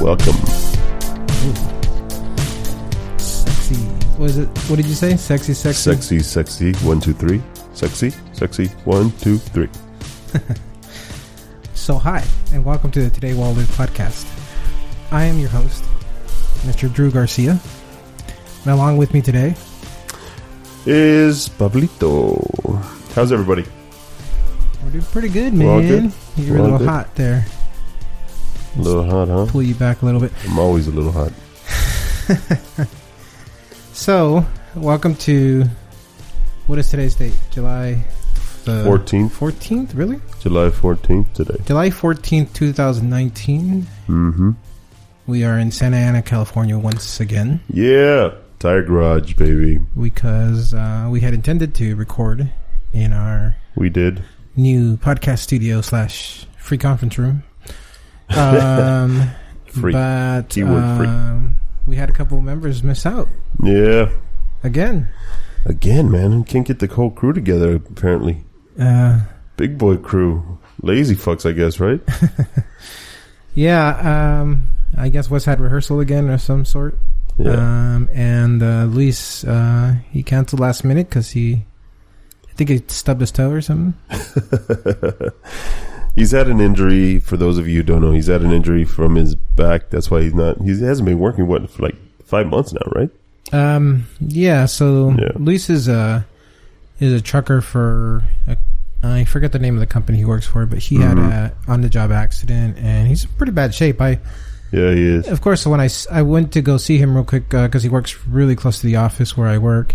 Welcome. Sexy. What is it? What did you say? Sexy, sexy. Sexy, sexy. One, two, three. Sexy, sexy. One, two, three. So hi, and welcome to the Today While Live podcast. I am your host, Mr. Drew Garcia, and along with me today, Is Pablito. How's everybody? we're doing pretty good, We're all man. You're We're a all little good. hot there. A little hot, huh? Pull you back a little bit. I'm always a little hot. So, welcome to what is today's date? July the 14th, 14th, really? July 14th today. July 14th, 2019. Mm-hmm. We are in Santa Ana, California once again Yeah. Tire garage, baby. because uh, we had intended to record in our We did. new podcast studio slash free conference room. Um, Free. But Keyword free. um, we had a couple of members miss out Yeah. again. Again, man. Can't get the whole crew together, apparently. Uh, Big boy crew. Lazy fucks, I guess, right? yeah, um, I guess Wes had rehearsal again or some sort. Yeah. Um, and uh, Luis, uh, he canceled last minute because he, I think he stubbed his toe or something. he's had an injury. For those of you who don't know, he's had an injury from his back. That's why he's not. He hasn't been working what for like five months now, right? Um, yeah. So Yeah. Luis is a is a trucker for a, I forget the name of the company he works for, but he Mhm. had a on the job accident and he's in pretty bad shape. I Yeah, he is. of course when I, s- I went to go see him real quick because he works really close to the office where I work,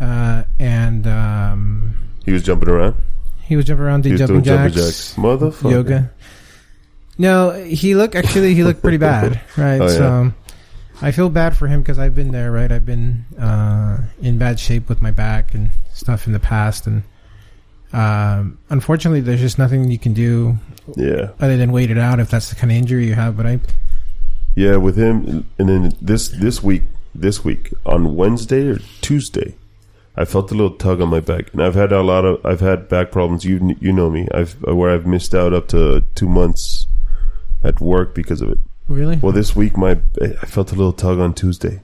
uh, and um, He was jumping around. he was jumping around He doing was jumping doing jumping jacks, jacks, motherfucker. yoga. No, he looked actually he looked pretty bad, right? Oh, yeah. So I feel bad for him because I've been there, right? I've been uh, in bad shape with my back and stuff in the past, and um, unfortunately, there's just nothing you can do Yeah, other than wait it out if that's the kind of injury you have. But I, yeah. With him, and then this this week, this week on Wednesday or Tuesday, I felt a little tug on my back, and I've had a lot of I've had back problems. You kn- you know me. I've where I've missed out up to two months at work because of it. really, Well, this week my I felt a little tug on Tuesday.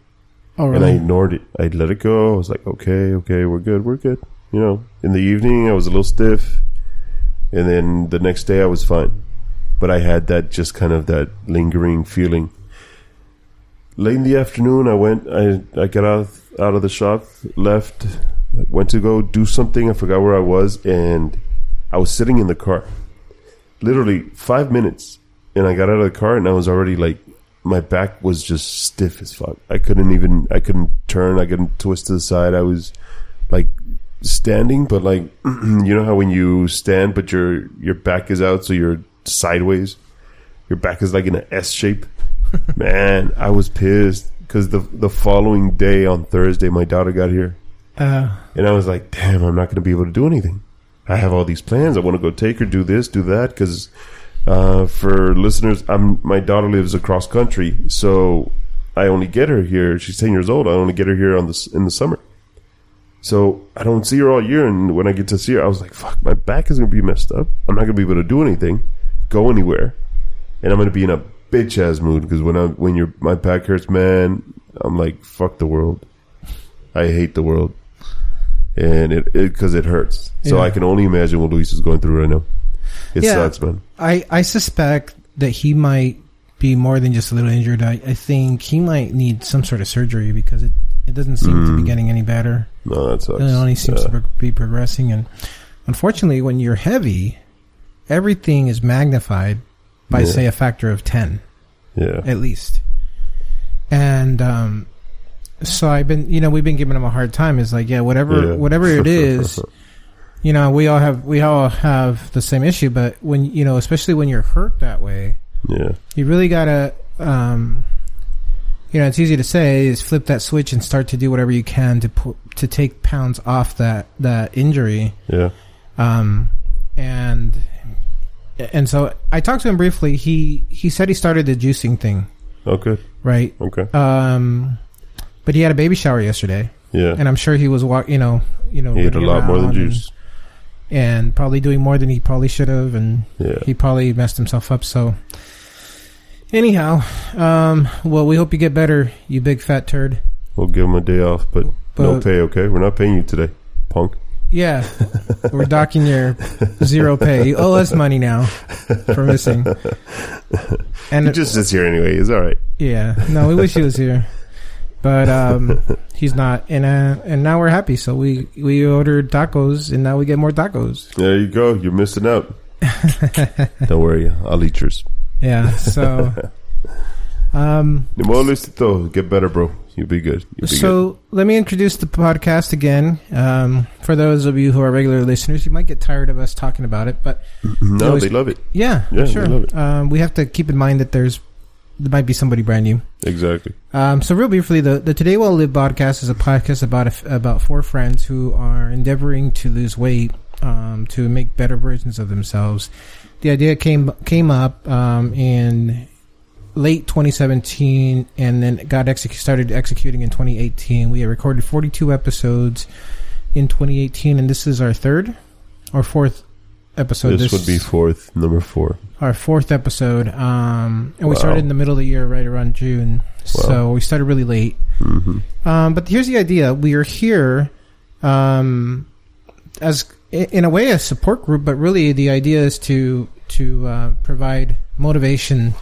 oh and I really, ignored it. I let it go. I was like, okay, okay, we're good, we're good. You know, in the evening I was a little stiff, and then the next day I was fine, but I had that just kind of that lingering feeling. Late in the afternoon, I went. I I got out out of the shop, left, went to go do something. I forgot where I was, and I was sitting in the car, literally five minutes, and I got out of the car, and I was already like my back was just stiff as fuck. I couldn't even I couldn't turn, I couldn't twist to the side. I was like standing but like you know how when you stand but your your back is out so you're sideways. Your back is like in an S shape. Man, I was pissed cuz the the following day on Thursday my daughter got here uh, and I was like, damn, I'm not going to be able to do anything. I have all these plans. I want to go take her, do this, do that. Because uh, for listeners, I'm my daughter lives across country, so I only get her here. She's ten years old. I only get her here on the s- in the summer. So I don't see her all year, and when I get to see her, I was like, "Fuck, my back is gonna be messed up. I'm not gonna be able to do anything, go anywhere, and I'm gonna be in a bitch ass mood because when I when your my back hurts, man, I'm like, fuck the world. I hate the world, and it because it, hurts. So Yeah. I can only imagine what Luis is going through right now. It Yeah. sucks, man. I I suspect that he might be more than just a little injured. I, I think he might need some sort of surgery because it it doesn't seem to be Mm. getting any better. No, that sucks. It only seems to Yeah. to be progressing, and unfortunately, when you're heavy, everything is magnified by, Yeah. say, a factor of ten yeah. at least. And um, so I've been, you know, we've been giving him a hard time. It's like, yeah, whatever, Yeah. whatever it is, you know, we all have, we all have the same issue. But when you know, especially when you're hurt that way, yeah, you really gotta um you know it's easy to say is flip that switch and start to do whatever you can to pu- to take pounds off that that injury yeah, um and and so i talked to him briefly he he said he started the juicing thing Okay, right okay, um but he had a baby shower yesterday yeah. and i'm sure he was walk you know you know he ate a running lot more than around and- juice. and probably doing more than he probably should have and Yeah, he probably messed himself up. So Anyhow, um, well, we hope you get better, you big fat turd. We'll give him a day off, but, no But- pay. Okay, we're not paying you today, punk. Yeah, we're docking your zero pay. You owe us money now for missing. And He just sits here anyway. It's all right. yeah, no, we wish he was here, but um, he's not. And uh, and now we're happy. So we we ordered tacos, and now we get more tacos. There you go. You're missing out. Don't worry, I'll eat yours. Yeah. So, um, Ni modo, Luisito, Get better, bro. You'll be good. You'll be good. so let me introduce the podcast again. Um, for those of you who are regular listeners, you might get tired of us talking about it, but No, always- they love it. Yeah, Yeah, we sure. love it. Um, we have to keep in mind that there's there might be somebody brand new. Exactly. Um, so real briefly, the, the Today Well Live podcast is a podcast about a f about four friends who are endeavoring to lose weight um, to make better versions of themselves. The idea came came up um, in late 2017, and then got exec- started executing in 2018. We had recorded 42 episodes in 2018, and this is our third or fourth episode. this, would be fourth, number four. our fourth episode. Um, and we Wow. started in the middle of the year, right around June. So we started really late. hmm Um, but here's the idea: we are here um, as, in a way, a support group. But really, the idea is to to uh, provide motivation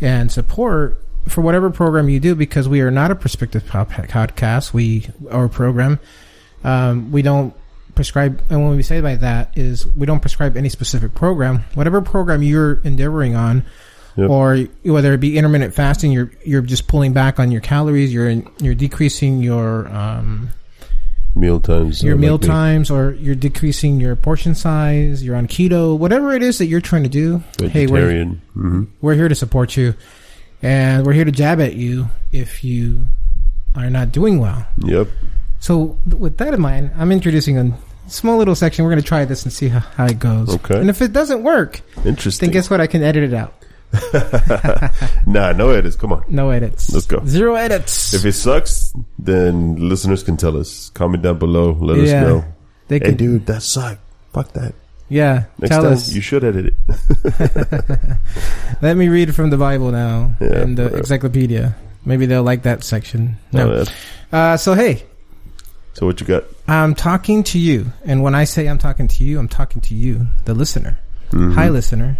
and support for whatever program you do, because we are not a prospective po- podcast. We our program um, we don't prescribe, and when we say by that is we don't prescribe any specific program. Whatever program you're endeavoring on. Yep. Or whether it be intermittent fasting, you're you're just pulling back on your calories. You're in, you're decreasing your um, Meal times. your uh, meal like me. times, or you're decreasing your portion size. You're on keto, whatever it is that you're trying to do. Hey, we're Vegetarian. Mhm. we're here to support you, and we're here to jab at you if you are not doing well. Yep. So th- with that in mind, I'm introducing a small little section. We're going to try this and see how, how it goes. Okay. And if it doesn't work, Interesting. then guess what? I can edit it out. nah, no edits. Come on. No edits. Let's go. Zero edits. If it sucks, then listeners can tell us. Comment down below. Let us Yeah. know. they Hey, could, dude, that sucked. Fuck that. yeah. Next tell time, us. you should edit it. Let me read from the Bible now Yeah, and the whatever. encyclopedia. Maybe they'll like that section. All No. right. Uh, so hey, So what you got? I'm talking to you, and when I say I'm talking to you, I'm talking to you, the listener. Mhm. Hi, listener.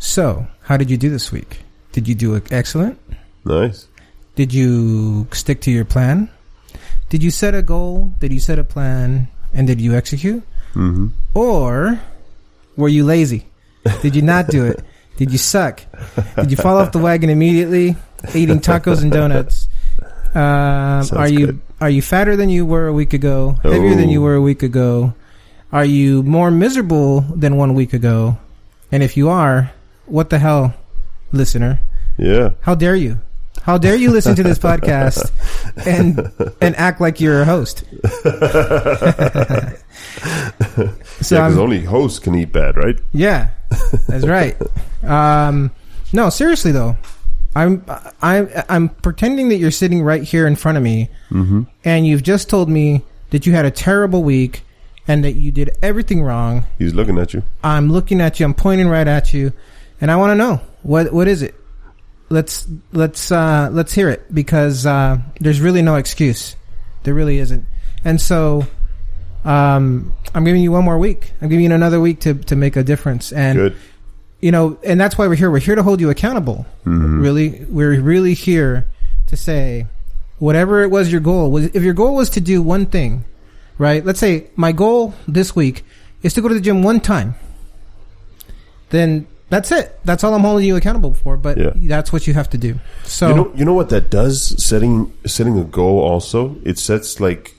So, how did you do this week? Did you do excellent? Nice. Did you stick to your plan? Did you set a goal? Did you set a plan? And did you execute? hmm Or were you lazy? Did you not do it? Did you suck? Did you fall off the wagon immediately, eating tacos and donuts? Um, Sounds are you good. are you fatter than you were a week ago? Heavier than you Oh. were a week ago? Are you more miserable than one week ago? And if you are, what the hell, listener? Yeah. How dare you? How dare you listen to this podcast and and act like you're a host? so yeah, I'm- because only hosts can eat bad, right? yeah, that's right. Um, no, seriously though, I'm I'm I'm pretending that you're sitting right here in front of me, Mm-hmm. and you've just told me that you had a terrible week and that you did everything wrong. He's looking at you. I'm looking at you. I'm pointing right at you, and I want to know what what is it. Let's let's uh, let's hear it because uh, there's really no excuse. There really isn't. And so, um, I'm giving you one more week. I'm giving you another week to to make a difference. And Good. you know, and that's why we're here. We're here to hold you accountable. Mhm. Really, we're really here to say whatever it was your goal was. If your goal was to do one thing, right? Let's say my goal this week is to go to the gym one time. Then that's it. That's all I'm holding you accountable for. But Yeah. that's what you have to do. So you know, you know what that does? Setting setting a goal also it sets like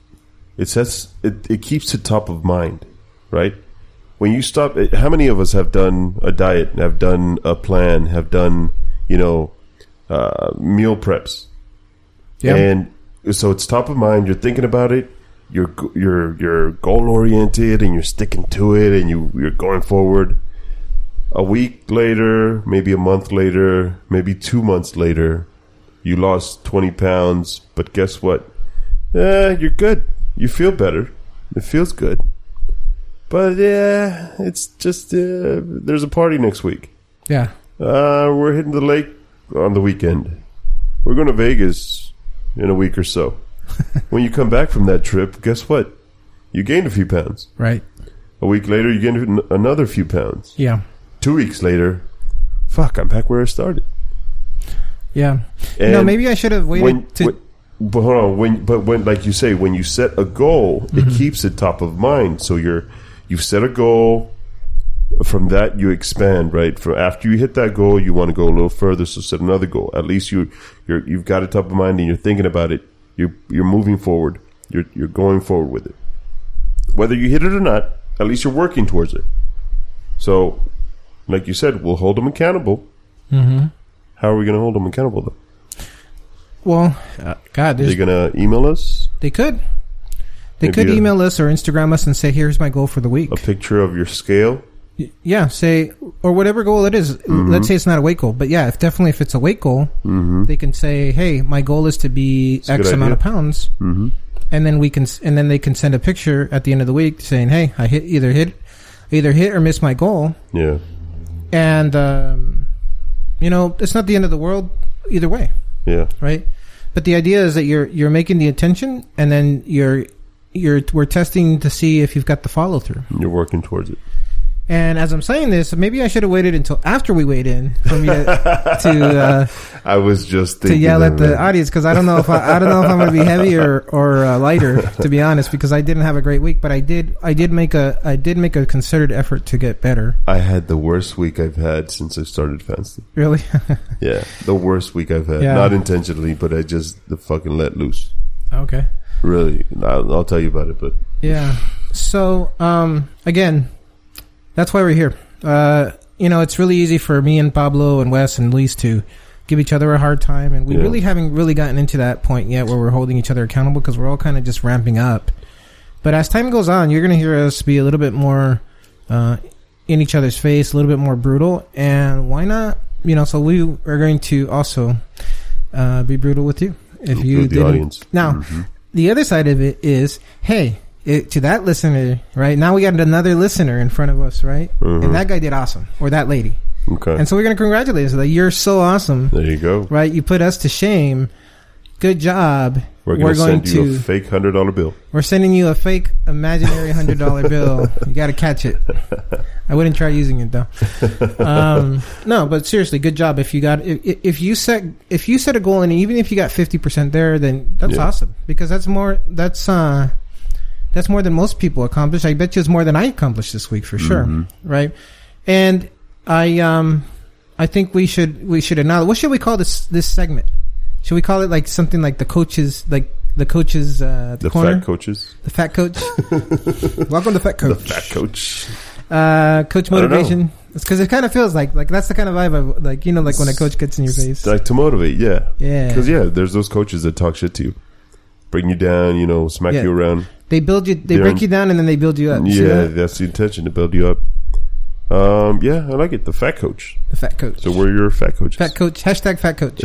it sets it, it keeps it top of mind, right? When you stop, it, how many of us have done a diet, have done a plan, have done you know uh, meal preps, yeah, and so it's top of mind. You're thinking about it. You're g- you're you're goal oriented and you're sticking to it and you you're going forward. A week later, maybe a month later, maybe two months later, you lost twenty pounds. But guess what? Uh, you're good. You feel better. It feels good. But yeah, it's just uh, there's a party next week. yeah, Uh, we're hitting the lake on the weekend. We're going to Vegas in a week or so. when you come back from that trip, guess what? You gained a few pounds. Right. A week later, you gained an- another few pounds. Yeah. Two weeks later, fuck, I'm back where I started. Yeah. And no, maybe I should have waited when, to. when- but hold on, when but when like you say, when you set a goal, it keeps it top of mind. So you're you've set a goal. From that, you expand, right? From after you hit that goal, you want to go a little further. So set another goal. At least you you're, you've got it top of mind, and you're thinking about it. You're you're moving forward. You're you're going forward with it. Whether you hit it or not, at least you're working towards it. So, like you said, we'll hold them accountable. Mhm. How are we going to hold them accountable? Though? Well, God, Are there's they gonna email us They could. They Maybe could a- email us or Instagram us and say, "Here's my goal for the week." a picture of your scale? Y- Yeah, say or whatever goal it is. Let's say it's not a weight goal, but yeah, if definitely if it's a weight goal, Mm-hmm. they can say, "Hey, my goal is to be a X good amount idea. of pounds," Mm-hmm. and then we can, s- and then they can send a picture at the end of the week saying, "Hey, I hit either hit, either hit or miss my goal," Yeah. and um, you know, it's not the end of the world either way. Yeah. right? But the idea is that you're you're making the intention, and then you're you're we're testing to see if you've got the follow through. You're working towards it. And as I'm saying this, maybe I should have waited until after we weighed in for me to to, uh, I was just to thinking yell at that, the man. audience because I don't know if I, I don't know if I'm going to be heavier or uh, lighter to be honest because I didn't have a great week, but I did I did make a I did make a concerted effort to get better. I had the worst week I've had since I started fasting. Really, Yeah, the worst week I've had. Yeah. Not intentionally, but I just fucking let loose. okay, Really, I'll, I'll tell you about it. But Yeah. So, um, again, that's why we're here. Uh, you know, it's really easy for me and Pablo and Wes and Luis to give each other a hard time, and we Yeah. really haven't really gotten into that point yet where we're holding each other accountable because we're all kind of just ramping up. But as time goes on, you're going to hear us be a little bit more uh, in each other's face, a little bit more brutal, and why not? You know, so we are going to also uh, be brutal with you if include you the didn't audience now, Mhm. the other side of it is, hey, it, to that listener, right? Now we got another listener in front of us, right? Mhm. And that guy did awesome, or that lady. Mm-hmm. okay, And so we're going to congratulate us. Like, you're so awesome, there you go. right? You put us to shame. Good job. We're gonna we're going send you to- a fake hundred dollar bill. We're sending you a fake imaginary $100 bill. You got to catch it. I wouldn't try using it though. Um, no, but seriously, good job. If you got if, if you set if you set a goal and even if you got fifty percent there, then that's Yeah. awesome because that's more that's uh that's more than most people accomplish. I bet you it's more than I accomplished this week for sure, Mhm. right? And I um I think we should we should acknowledge. What should we call this this segment? Should we call it like something like the coaches like the coaches uh, The corner fat coaches, the fat coach? Welcome to fat coach. the fat coach. Uh, coach I don't know. motivation. It's because it kind of feels like like that's the kind of vibe of like you know like when a coach gets in your face. like to motivate. Yeah, Yeah, because yeah, there's those coaches that talk shit to you, bring you down, you know, smack Yeah. you around. they build you, they they're- break you down, and then they build you up. See Yeah, that? that's the intention to build you up. Um, yeah, I like it. The fat coach. the fat coach. So we're your fat coaches. fat coach. Hashtag fat coach.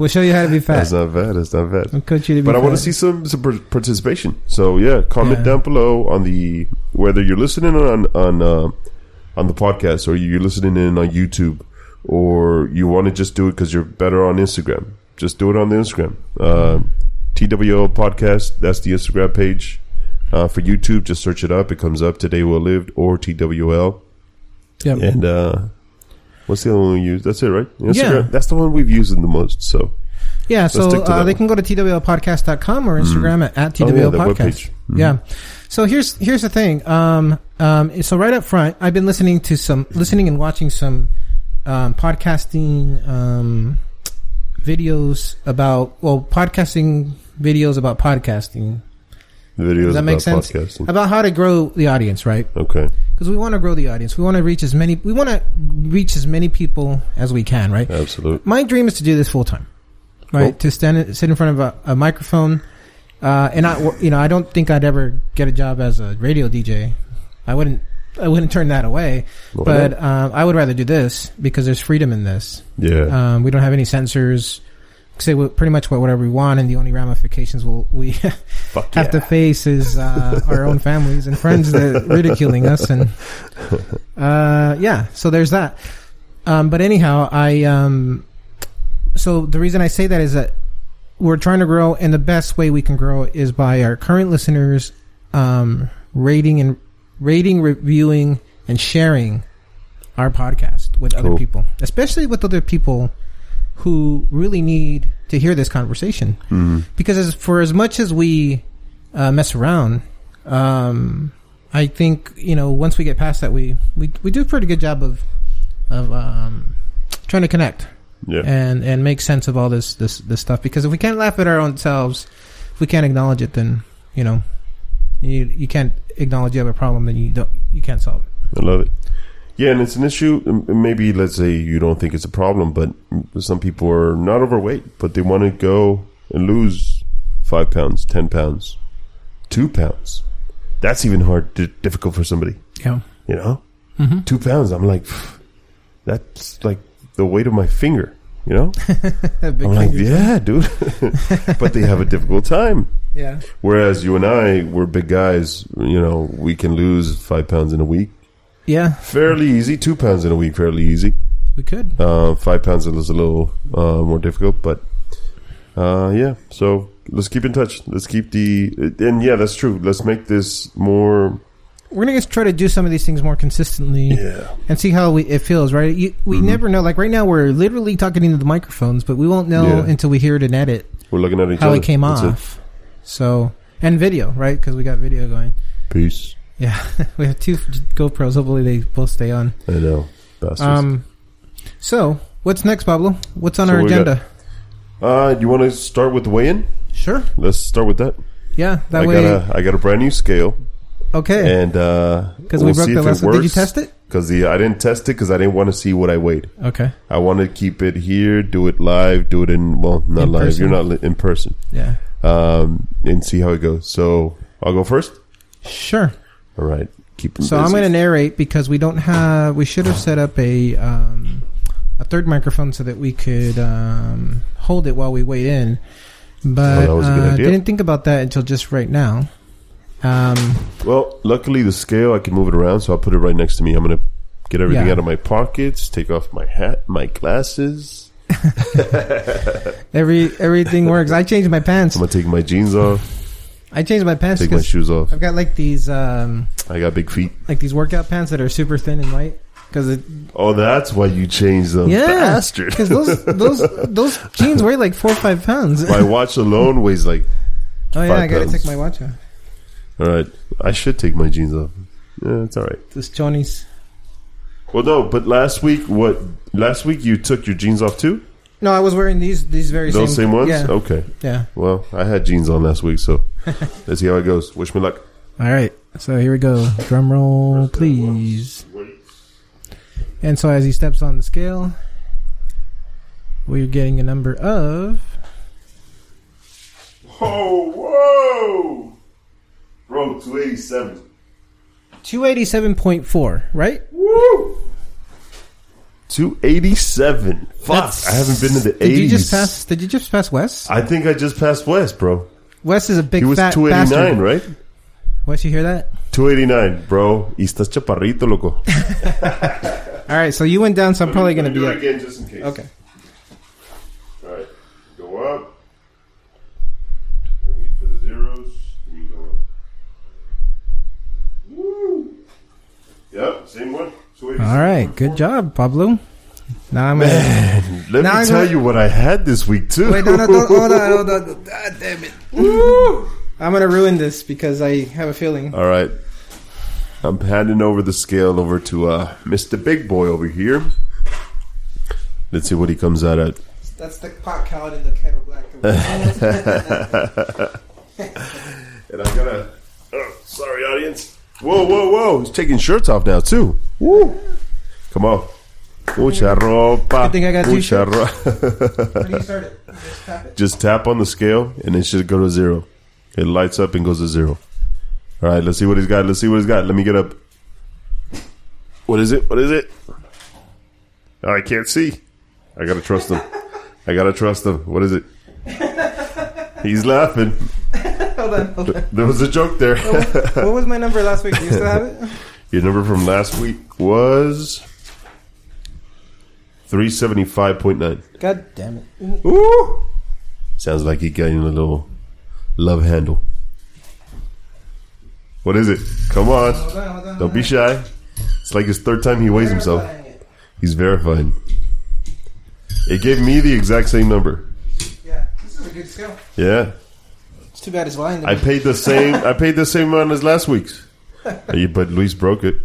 we'll show you how to be That's fat. not bad. That's not bad. We'll coach you to be. But I fat. want to see some, some par- participation. So yeah, comment Yeah. down below on the whether you're listening on on uh, on the podcast or you're listening in on YouTube or you want to just do it because you're better on Instagram. Just do it on the Instagram. Uh, TWO podcast. That's the Instagram page. Uh, for YouTube, just search it up. It comes up. Today Well Lived or TWL. Yep. And uh, what's the other one we use? That's it, right? Instagram. Yeah. That's the one we've used the most. So Yeah, so stick to uh, that they one. can go to twlpodcast.com or Instagram at, at Oh, yeah, twlpodcast. the webpage. Yeah. So here's here's the thing. Um, um, so right up front, I've been listening to some listening and watching some um, podcasting um, videos about well podcasting videos about podcasting the videos that about make sense? podcasting. about how to grow the audience, right? Okay. Because we want to grow the audience. We want to reach as many. We want to reach as many people as we can, right? Absolutely. my dream is to do this full time, right? Cool. To stand sit in front of a, a microphone, uh, and I, you know, I don't think I'd ever get a job as a radio DJ. I wouldn't, I wouldn't turn that away. Why but not? um, I would rather do this because there's freedom in this. yeah, Um, we don't have any censors. Say we- pretty much what whatever we want, and the only ramifications we'll, we have fuck yeah. to face is uh, our own families and friends that are ridiculing us, and uh, yeah. So there's that. Um, but anyhow, I um, so the reason I say that is that we're trying to grow, and the best way we can grow is by our current listeners um, rating and rating, reviewing, and sharing our podcast with other Cool. people, especially with other people who really need to hear this conversation. Mm, Because as, for as much as we uh, mess around, um, I think you know once we get past that, we we, we do a pretty good job of of um, trying to connect Yeah. and and make sense of all this this this stuff. Because if we can't laugh at our own selves, if we can't acknowledge it, then you know you you can't acknowledge you have a problem, then you don't you can't solve it. I love it. Yeah, and it's an issue. m- Maybe let's say you don't think it's a problem, but some people are not overweight, but they want to go and lose five pounds, ten pounds, two pounds. That's even hard, di- difficult for somebody. Yeah. You know, Mm-hmm. two pounds. I'm like, "Pff, that's like the weight of my finger. You know, I'm like, yeah, dude. but they have a difficult time. yeah. Whereas you and I, we're big guys. You know, we can lose five pounds in a week Yeah, fairly easy. Two pounds in a week, fairly easy. we could. Uh, five pounds is a little uh, more difficult, but uh, yeah. So let's keep in touch. Let's keep the and yeah, that's true. Let's make this more. We're gonna just try to do some of these things more consistently Yeah, and see how we, it feels. Right? You, we Mhm. never know. Like right now, we're literally talking into the microphones, but we won't know Yeah. until we hear it in edit we're looking at each how other. it came That's off. So and video, right? Because we got video going. it. Peace. We have two GoPros. Hopefully, they both stay on. I know. Bastards. Um, so what's next, Pablo? What's on So our we got- agenda? uh, you want to start with the weigh-in? Sure. Let's start with that. Yeah, that I way. got a I got a brand new scale, okay, and uh, because because we broke the last one. Did you test it? Because the I didn't test it because I didn't want to see what I weighed. Okay. I want to keep it here, do it live, do it in well, not In live. person. You're not li- in person, Yeah. um, and see how it goes. So I'll go first. Sure. All right, keep. So I'm going to narrate because we don't have. We should have set up a um, a third microphone so that we could um, hold it while we wait in. But Oh, that was a good uh, idea. didn't think about that until just right now. Um, Well, luckily the scale I can move it around, so I'll put it right next to me. I'm gonna get everything Yeah. out of my pockets, take off my hat, my glasses. every everything works. I changed my pants. I'm gonna take my jeans off, I changed my pants take my because shoes off. I've got like these um, I got big feet. like these workout pants that are super thin and white because Oh, that's why you changed them, Yeah. bastard. because those those those jeans weigh like four or five pounds. my watch alone weighs like. oh yeah, five I gotta pounds. take my watch off. All right, I should take my jeans off. Yeah, it's all right. Those chonies. Well, no, but last week, what? Last week you took your jeans off too. No, I was wearing these these very Those same, ones. Oh. Yeah, Okay. yeah. Well, I had jeans on last week, so let's see how it goes. Wish me luck. All right, so here we go. Drum roll, please. And so as he steps on the scale, we're getting a number of Oh, whoa! Bro, two eighty seven. 287.4, right? Woo! Two eighty seven. Fuck! That's- I haven't been to the Did you just eighties. pass? Did you just pass Wes? I think I just passed West, bro. Wes is a big He was fat two eighty nine, bastard. right? Wes, you hear that? Two eighty nine, bro. Y estás chaparrito, loco. All right, so you went down, so I'm probably going to be do it up. again just in case. Okay. All right, go up. Wait for the zeros. And you go up. Woo! Yep, same one. So wait a All second. right, good job, Pablo. Now I'm gonna, Now Let me I'm tell gonna- you what I had this week too. wait. No, no, don't, hold on, hold on. God damn it! Woo! I'm gonna ruin this because I have a feeling. All right, I'm handing over the scale over to uh, Mr. Big Boy over here. Let's see what he comes out at. That's the pot cowed and the kettle black. And I'm gonna. Oh, sorry, audience. Whoa, whoa, whoa! He's taking shirts off now too. Woo! Come on. Mucha ropa. Good thing I got two mucha shirts. ro- Where do you start it? You just tap it. Just tap on the scale, and it should go to zero. It lights up and goes to zero. All right, let's see what he's got. Let's see what he's got. Let me get up. What is it? What is it? Oh, I can't see. I gotta trust him. I gotta trust him. What is it? He's laughing. Hold on, hold on. There was a joke there. What was my number last week? Do you still have it? Your number from last week was 375.9. God damn it. Ooh! Sounds like he got in a little love handle. What is it? Come on. Don't be shy. It's like his third time he weighs himself. He's verified. It gave me the exact same number. Yeah, this is a good scale. Yeah. It's too bad it's lying. I paid the same I paid the same amount as last week's. Uh, But Luis broke it.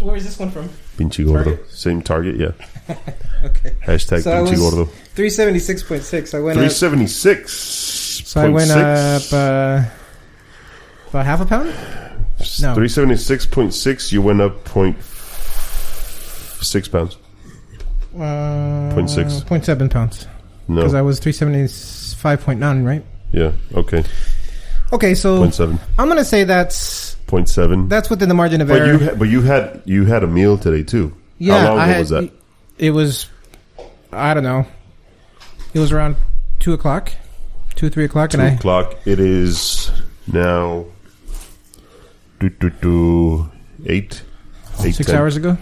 Where is this one from? Pinche gordo. Target? Same target, yeah. Okay. Hashtag So I pinche was- gordo. 376.6. I went up. 376. So I went up uh, about half a pound? uh, no. 376.6, you went up point six pounds. Uh, Point six. 0.7 pounds. No. Because I was 375.9, right? yeah, okay. Okay, so Point seven. I'm going to say that's Point seven. that's within the margin of But error. you, ha- but you had you had a meal today too. yeah, How long I ago had, was that? It was, I don't know. It was around 2 o'clock, 2, 3 o'clock, Two and I. o'clock. It is now. Do do do. Eight. Eight six ten. hours ago.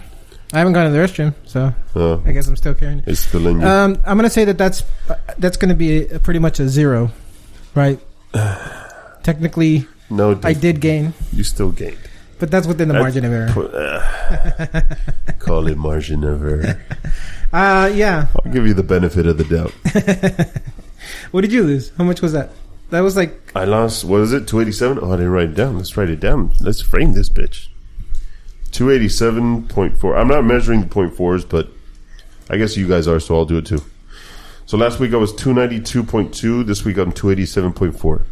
I haven't gone to the restroom, so Uh, I guess I'm still carrying it. it's still in you. Um, I'm gonna say that that's uh, that's gonna be a, pretty much a zero, right? Technically, no, I dude, did gain, you still gained. but that's within the That's margin of error. Put- uh, call it margin of error. Uh, yeah. I'll give you the benefit of the doubt. What did you lose? How much was that? That was like I lost. What is it? Two eighty seven. Oh, I didn't write it down. Let's write it down. Let's frame this bitch. Two eighty seven point four. I'm not measuring the point fours, but I guess you guys are, so I'll do it too. So last week I was two ninety two point two. This week I'm two eighty seven point four.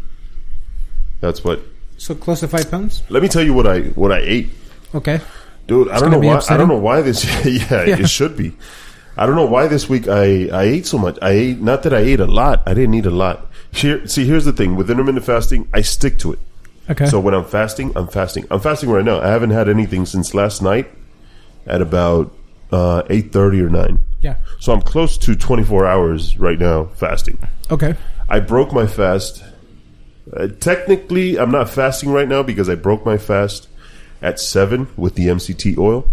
That's what. so close to five pounds. Let me tell you what I what I ate, Okay. dude. I don't gonna know be why. I upsetting? don't know why this. yeah, Yeah. it should be. I don't know why this week I I ate so much. I ate not that I ate a lot. I didn't eat a lot. Here, see, here's the thing with intermittent fasting. I stick to it. Okay. So when I'm fasting, I'm fasting. I'm fasting right now. I haven't had anything since last night at about uh, eight thirty or nine. yeah. So I'm close to twenty four hours right now fasting. Okay. I broke my fast. Uh, technically, I'm not fasting right now because I broke my fast at seven with the MCT oil,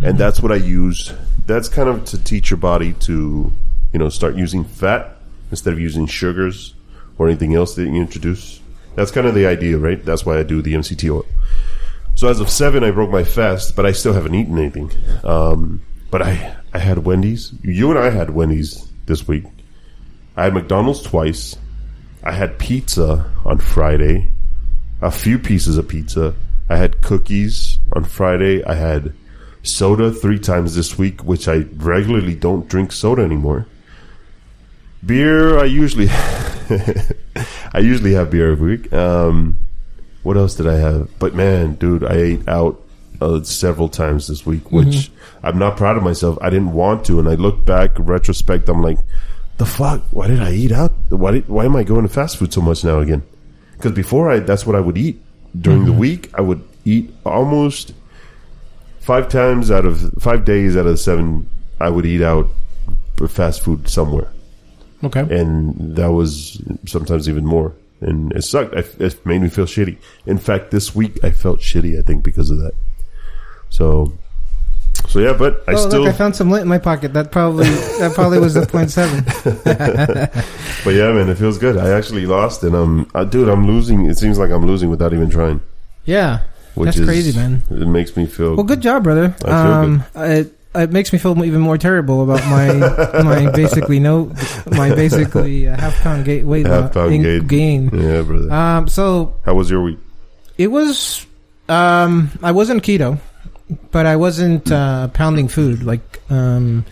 and that's what I use. That's kind of to teach your body to, you know, start using fat instead of using sugars or anything else that you introduce. That's kind of the idea, right? That's why I do the MCT oil. So as of seven, I broke my fast, but I still haven't eaten anything. Um, but I I had Wendy's. You and I had Wendy's this week. I had McDonald's twice. I had pizza on Friday, a few pieces of pizza. I had cookies on Friday. I had soda three times this week, which I regularly don't drink soda anymore. Beer, I usually, I usually have beer every week. Um, what else did I have? But man, dude, I ate out uh, several times this week, which I'm not proud of myself. I didn't want to, and I look back retrospect. I'm like, the fuck? Why did I eat out? Why did, Why am I going to fast food so much now again? Because before I, that's what I would eat during the week. I would eat almost five times out of five days out of seven. I would eat out fast food somewhere Okay. and that was sometimes even more and it sucked I, it made me feel shitty in fact this week i felt shitty i think because of that so so yeah but i oh still look! I found some lint in my pocket. That probably that probably was the point seven. but yeah man it feels good i actually lost and i'm uh, dude i'm losing it seems like i'm losing without even trying Yeah. which That's is crazy, man. it makes me feel Well, good job, brother. I feel um, It, it makes me feel even more terrible about my my basically no my basically uh, half pound ga- weight Half lo- pound in- gain. gain. yeah brother Um, so how was your week it was. Um, I wasn't keto, but I wasn't uh, pounding food. Like um,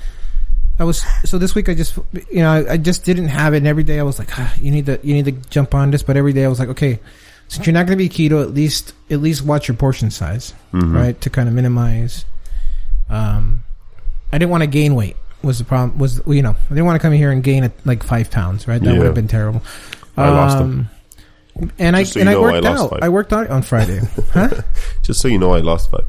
I was. So this week I just you know I, I just didn't have it. And every day I was like, ah, you need to you need to jump on this. But every day I was like, okay, since you're not going to be keto, at least at least watch your portion size Mhm. right to kind of minimize um i didn't want to gain weight was the problem was you know i didn't want to come here and gain uh, like five pounds right that Yeah. would have been terrible I lost them. Um, and i Just so you and i know, I worked lost out five. i worked out on friday just so you know i lost five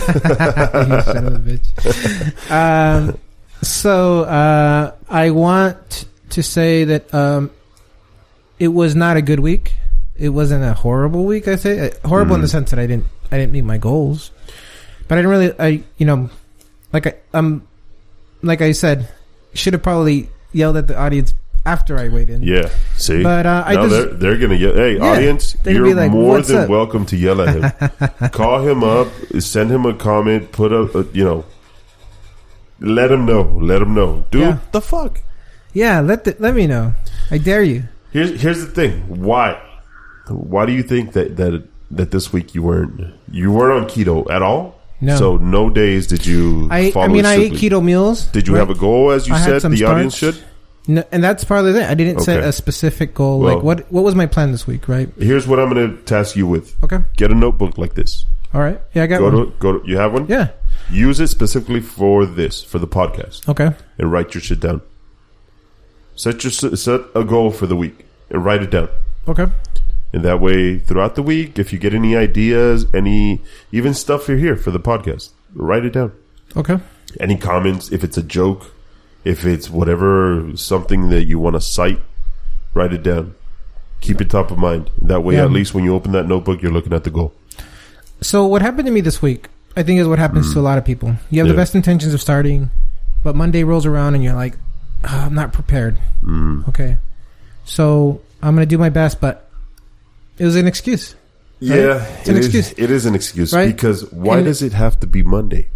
You son of a bitch. Um, so uh, I want to say that um, it was not a good week. It wasn't a horrible week. I say Uh, horrible in the Mhm. sense that I didn't I didn't meet my goals, but I didn't really I you know like I, I'm um, like I said, should have probably yelled at the audience after I weighed in. Yeah. See, But uh, I now just they're, they're gonna yell. Hey, Yeah. audience, They're gonna you're be like, more "What's than up?" welcome to yell at him. Call him up, send him a comment, put up, a, you know, let him know, let him know, dude. Yeah. The fuck. yeah. Let the, let me know. I dare you. Here's here's the thing. Why? Why do you think that that that this week you weren't you weren't on keto at all? No. So no days did you. I follow I mean it I ate strictly? keto meals. Did you right? have a goal as you I had said some the audience starch. should? No, and that's part of it. I didn't set Okay. a specific goal. Well- like what what was my plan this week? Right. Here's what I'm going to task you with. Okay. Get a notebook like this. All right. Yeah, I got Go one. to go. To, you have one. yeah. Use it specifically for this for the podcast Okay. and write your shit down. Set your set a goal for the week and write it down. Okay. And that way, throughout the week, if you get any ideas, any even stuff you're here for the podcast, write it down. Okay. Any comments, if it's a joke, if it's whatever something that you want to cite, write it down. Keep it top of mind. That way, Yeah. at least when you open that notebook, you're looking at the goal. So what happened to me this week? I think is what happens to a lot of people. You have Hmm. Yeah. the best intentions of starting, but Monday rolls around and you're like, "Ah, I'm not prepared. Mm. Okay. So I'm gonna do my best, but it was an excuse. Yeah, It's an it is- excuse. It is an excuse Right? because why And- does it have to be Monday?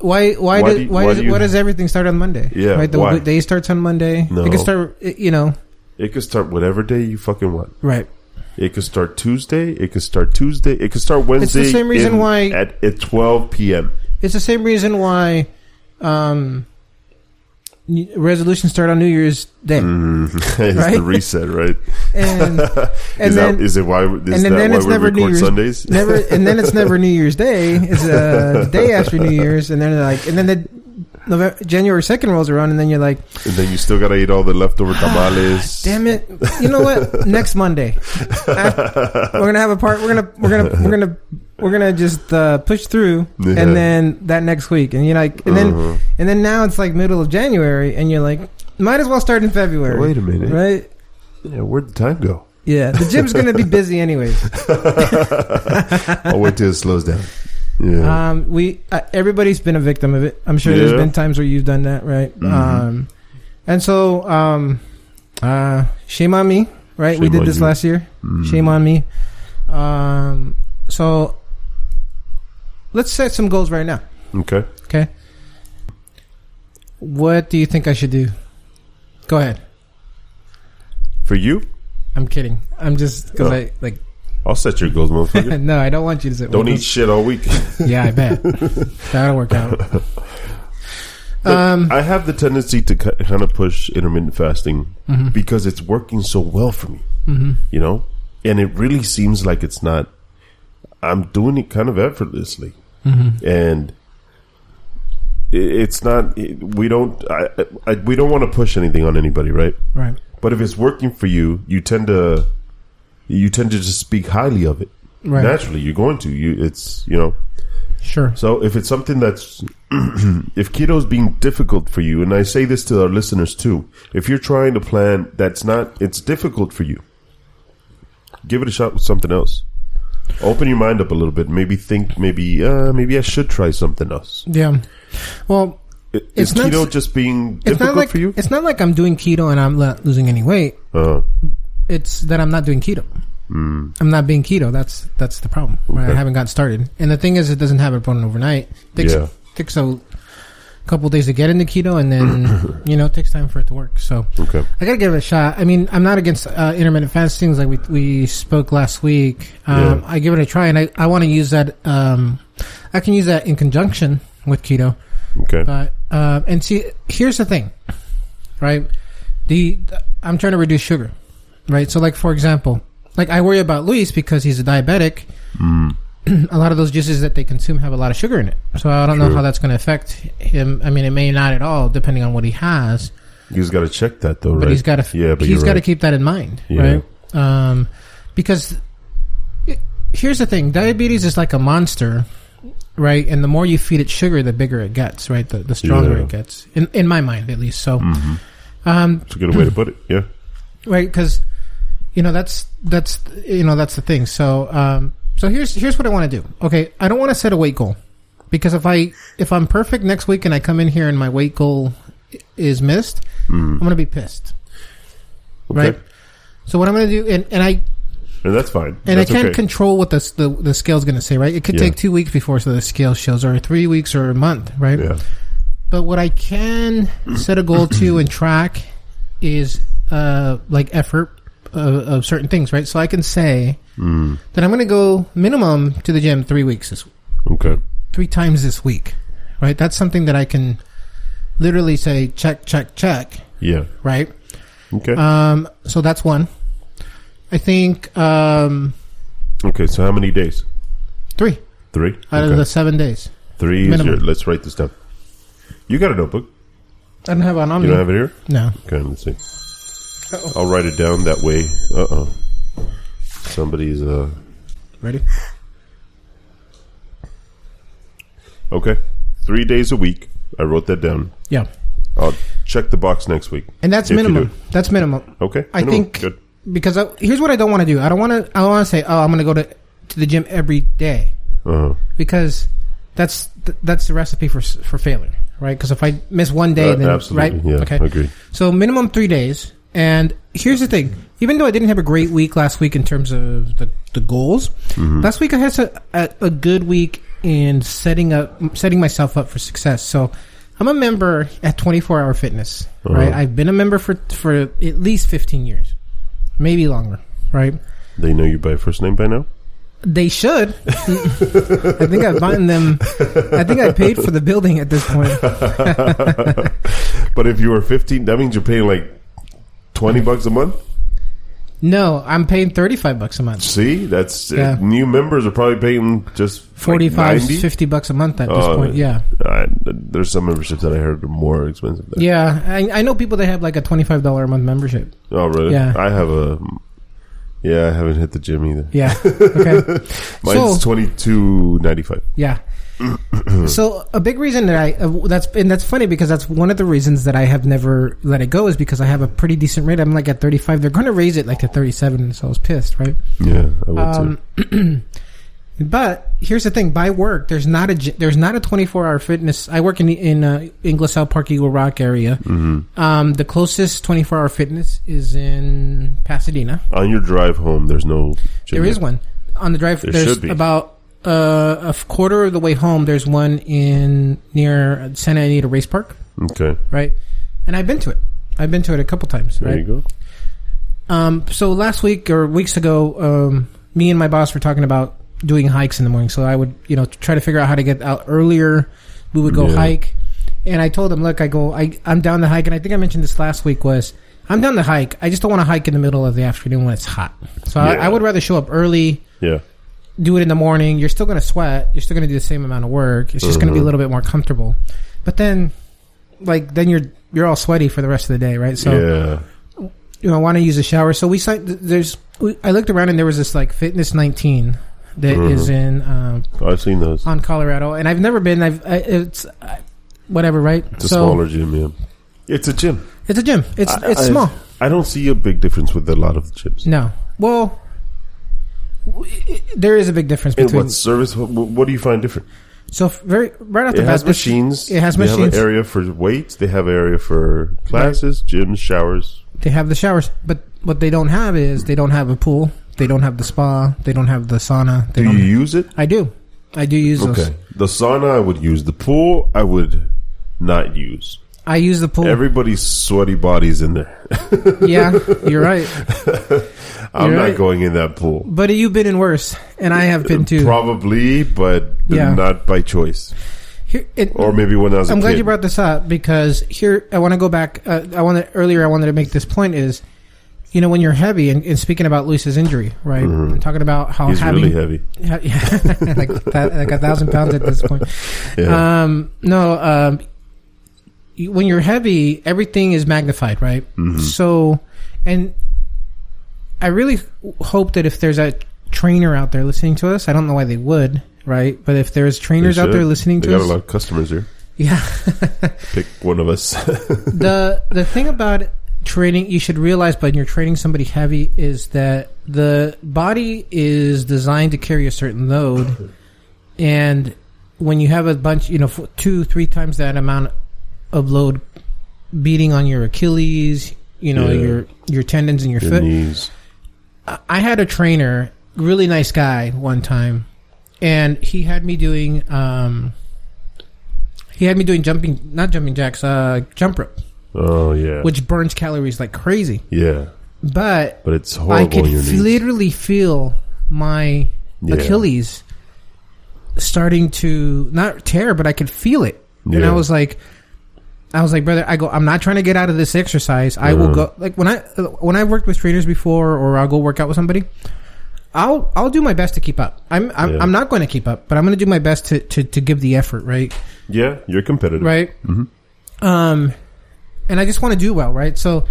Why? Why? Why Why, do you- why, why does, do you- why does everything start on Monday? Yeah, Right. The why? day starts on Monday. No. It can start. You know. It could start whatever day you fucking want. Right. It could start Tuesday. It could start Tuesday. It could start Wednesday. same reason in- why- at, at 12 p.m. It's the same reason why um, n- resolutions start on New Year's Day, Mm, it's the Right? reset, right? and is and that then is it why is and that then why it's we never New record Year's- Sundays? never, and then it's never New Year's Day. It's uh, the day after New Year's, and then they're like, and then the November, January second rolls around, and then you're like, and then you still gotta eat all the leftover tamales. Ah, damn it, you know what? Next Monday, Ah, we're gonna have a part. We're gonna we're gonna we're gonna we're gonna just uh, push through, Yeah. and then that next week, and you're like, and then Uh-huh. and then now it's like middle of January, and you're like, might as well start in February. Wait a minute. right? Yeah, where'd the time go? Yeah, the gym's gonna be busy anyways. I'll Oh, wait till it slows down. Yeah. Um, we uh, everybody's been a victim of it. I'm sure Yeah. there's been times where you've done that, right? Mhm. Um, and so, um, uh, shame on me, right? we Shame did on this you. last year. Mm. Shame on me. Um, so let's set some goals right now. Okay. Okay. What do you think I should do? Go ahead. For you, I'm kidding. I'm just because Oh. I like. I'll set your goals, motherfucker. no, I don't want you to say. Don't well, eat shit all week. Yeah, I bet that'll work out. Um, I have the tendency to kind of push intermittent fasting mhm, because it's working so well for me. mhm. you know and it really seems like it's not i'm doing it kind of effortlessly and it- it's not it- we don't I, I, we don't want to push anything on anybody right right. but if it's working for you you tend to you tend to just speak highly of it Right. naturally you're going to you it's you know Sure. so if it's something that's if keto's being difficult for you, and I say this to our listeners too, if you're trying to plan that's not it's difficult for you, give it a shot with something else. Open your mind up a little bit. Maybe think maybe uh, maybe I should try something else. Yeah. Well, I- Is It's not- keto just being it's difficult not like for you? it's not like I'm doing keto and I'm not losing any weight. Uh, It's that I'm not doing keto. mm, I'm not being keto. That's that's the problem. Right? Okay. I haven't got started. And the thing is, it doesn't happen overnight. It takes yeah, takes a couple days to get into keto, and then you know it takes time for it to work. So okay, I gotta give it a shot. I mean, I'm not against uh, intermittent fasting, like we we spoke last week. Um, Yeah. I give it a try, and I I want to use that. Um, I can use that in conjunction with keto. okay. But uh, and see, here's the thing, right? The, the- I'm trying to reduce sugar, right? So, like for example, like I worry about Luis because he's a diabetic. Mm, a lot of those juices that they consume have a lot of sugar in it, so I don't know True. how that's going to affect him. I mean, it may not at all, depending on what he has. he's got to check that though, But right? he's got to yeah, but he's you're got to right. keep that in mind, Yeah. right? Um, because it, here's the thing: diabetes is like a monster, right? And the more you feed it sugar, the bigger it gets, right? The the stronger Yeah. it gets, in in my mind at least. So, Mhm. um, It's a good way to put it. Yeah, right? Because you know that's that's you know that's the thing. So, um, so here's here's what I want to do. Okay, I don't want to set a weight goal. because if I if I'm perfect next week and I come in here and my weight goal i- is missed, Mm-hmm. I'm gonna be pissed, Okay. right? So what I'm gonna do, and, and I And that's fine. and that's I can't okay. control what the s- the, the scale's gonna say, right? It could Yeah. take two weeks before so the scale shows, or three weeks, or a month, right? yeah. But what I can set a goal to and track is uh, like effort of, of certain things, right? So I can say Hmm. that I'm going to go minimum to the gym three weeks, this, Okay. three times this week, right? That's something that I can literally say check, check, check, Yeah. right? Okay. Um, so that's one. I think um, okay. So how many days? three Three. out okay. of the seven days. Three is Uh, minimum. your. Let's write this down. You got a notebook? I don't have one on You me. don't have it here? no. Okay. Let's see. I'll write it down that way. Uh oh. Somebody's uh. Ready? Okay. Three days a week. I wrote that down. Yeah. I'll check the box next week. And that's If you minimum. do. That's minimum. Okay. I minimum. think Good. because I, here's what I don't want to do. I don't want to. I don't want to say, oh, I'm going to go to to the gym every day Uh-huh. because that's th- that's the recipe for s- for failure, right? Because if I miss one day, Uh, then absolutely. right, Yeah. okay. Agreed. So minimum three days. And here's the thing: even though I didn't have a great week last week in terms of the the goals, last week I had a, a, a good week in setting up setting myself up for success. So. I'm a member at 24 Hour Fitness, right? Uh-huh. I've been a member for for at least 15 years, maybe longer, right? They know you by first name by now. They should. I think I've bought them. I think I paid for the building at this point. But if you were 15, that means you're paying like 20 bucks a month. No, I'm paying 35 bucks a month. See, that's Yeah. uh, new members are probably paying just 45, Like 90. 50 bucks a month at this Oh, point. Yeah. Uh, there's some memberships that I heard are more expensive. Than. Yeah. I, I know people that have like a $25 a month membership. Oh, really? Yeah. I have a. Yeah, I haven't hit the gym either. Yeah. Okay. So- Mine's twenty two ninety five. Yeah. so a big reason that I uh, that's and that's funny because that's one of the reasons that I have never let it go is because I have a pretty decent rate. I'm like at 35. They're going to raise it like to 37, so I was pissed, right? Yeah, I would Um, but here's the thing: by work, there's not a gy- there's not a 24 hour fitness. I work in the- in uh, Ingleside Park, Eagle Rock area. Mm-hmm. Um, the closest 24 hour fitness is in Pasadena. too. On your drive home, there's no. Gym There yet. is one on the drive. There there's should be. about uh, a f- quarter of the way home. There's one in near Santa Anita Race Park, Okay, right? And I've been to it. I've been to it a couple times. there right? you go. Um, so last week or weeks ago, um, me and my boss were talking about doing hikes in the morning. So I would, you know, try to figure out how to get out earlier. We would go Yeah. hike, and I told him, "Look, I go, I, I'm down the hike, and I think I mentioned this last week was I'm down the hike. I just don't want to hike in the middle of the afternoon when it's hot. So I, Yeah. I would rather show up early." Yeah, do it in the morning. You're still going to sweat. You're still going to do the same amount of work. It's just going to be Uh-huh. a little bit more comfortable. But then, like, then you're you're all sweaty for the rest of the day, right? So yeah. you know, I want to use a shower. So we signed. There's we, I looked around and there was this like Fitness 19 that is Mhm. in um, I've seen those. on Colorado, and I've never been. I've I, it's I, whatever, right? It's a smaller gym. Yeah, it's a gym. it's a gym. It's I- it's I- small. I don't see a big difference with a lot of the gyms. No, well, w- i- i- there is a big difference And between. what service? What, what do you find different? So f- very right off the It bat, has this- machines. It has they Have machines. an area for weights. They have an area for classes, gyms, showers. They have the showers, but what they don't have is they don't have a pool. They don't have the spa. They don't have the sauna. They Do you don't. use it? I do. I do use those. Okay. The sauna I would use. The pool I would not use. I use the pool. Everybody's sweaty bodies in there. yeah, you're right. I'm You're not right. going in that pool. But you've been in worse, and I have been too. Probably, but Yeah. not by choice. Here, it, Or maybe when I was a I'm kid. glad you brought this up because here I want to go back. Uh, I wanted earlier. I wanted to make this point is, you know, when you're heavy and, and speaking about Luis's injury, right? And talking about how Mm-hmm. He's having really heavy. ha- yeah, like that, like a thousand pounds at this point. Yeah. Um, no, um, you- when you're heavy, everything is magnified, right? Mm-hmm. So, and I really hope that if there's a trainer out there listening to us, I don't know why they would, right? But if there's They trainers out there should. listening They to got a us, lot of customers here. yeah. Pick one of us. the the thing about training, you should realize when you're training somebody heavy is that the body is designed to carry a certain load, and when you have a bunch, you know, f- two, three times that amount of load beating on your Achilles, you know, Yeah. your your tendons and your Your foot. knees. I- I had a trainer, really nice guy, one time, and he had me doing um, he had me doing jumping, not jumping jacks, uh, jump rope, Oh yeah. which burns calories like crazy. yeah. But But it's I horrible could on your f- knees. literally feel my Yeah. Achilles starting to not tear, but I could feel it, and Yeah. I was like, I was like, brother, I go, I'm not trying to get out of this exercise. I will Uh-huh. go like when I when I worked with trainers before, or I'll go work out with somebody. I'll I'll do my best to keep up. I'm I'm, Yeah. I'm not going to keep up, but I'm going to do my best to, to, to give the effort, right? Yeah, you're competitive. right? Mm-hmm. Um, and I just want to do well, right? So,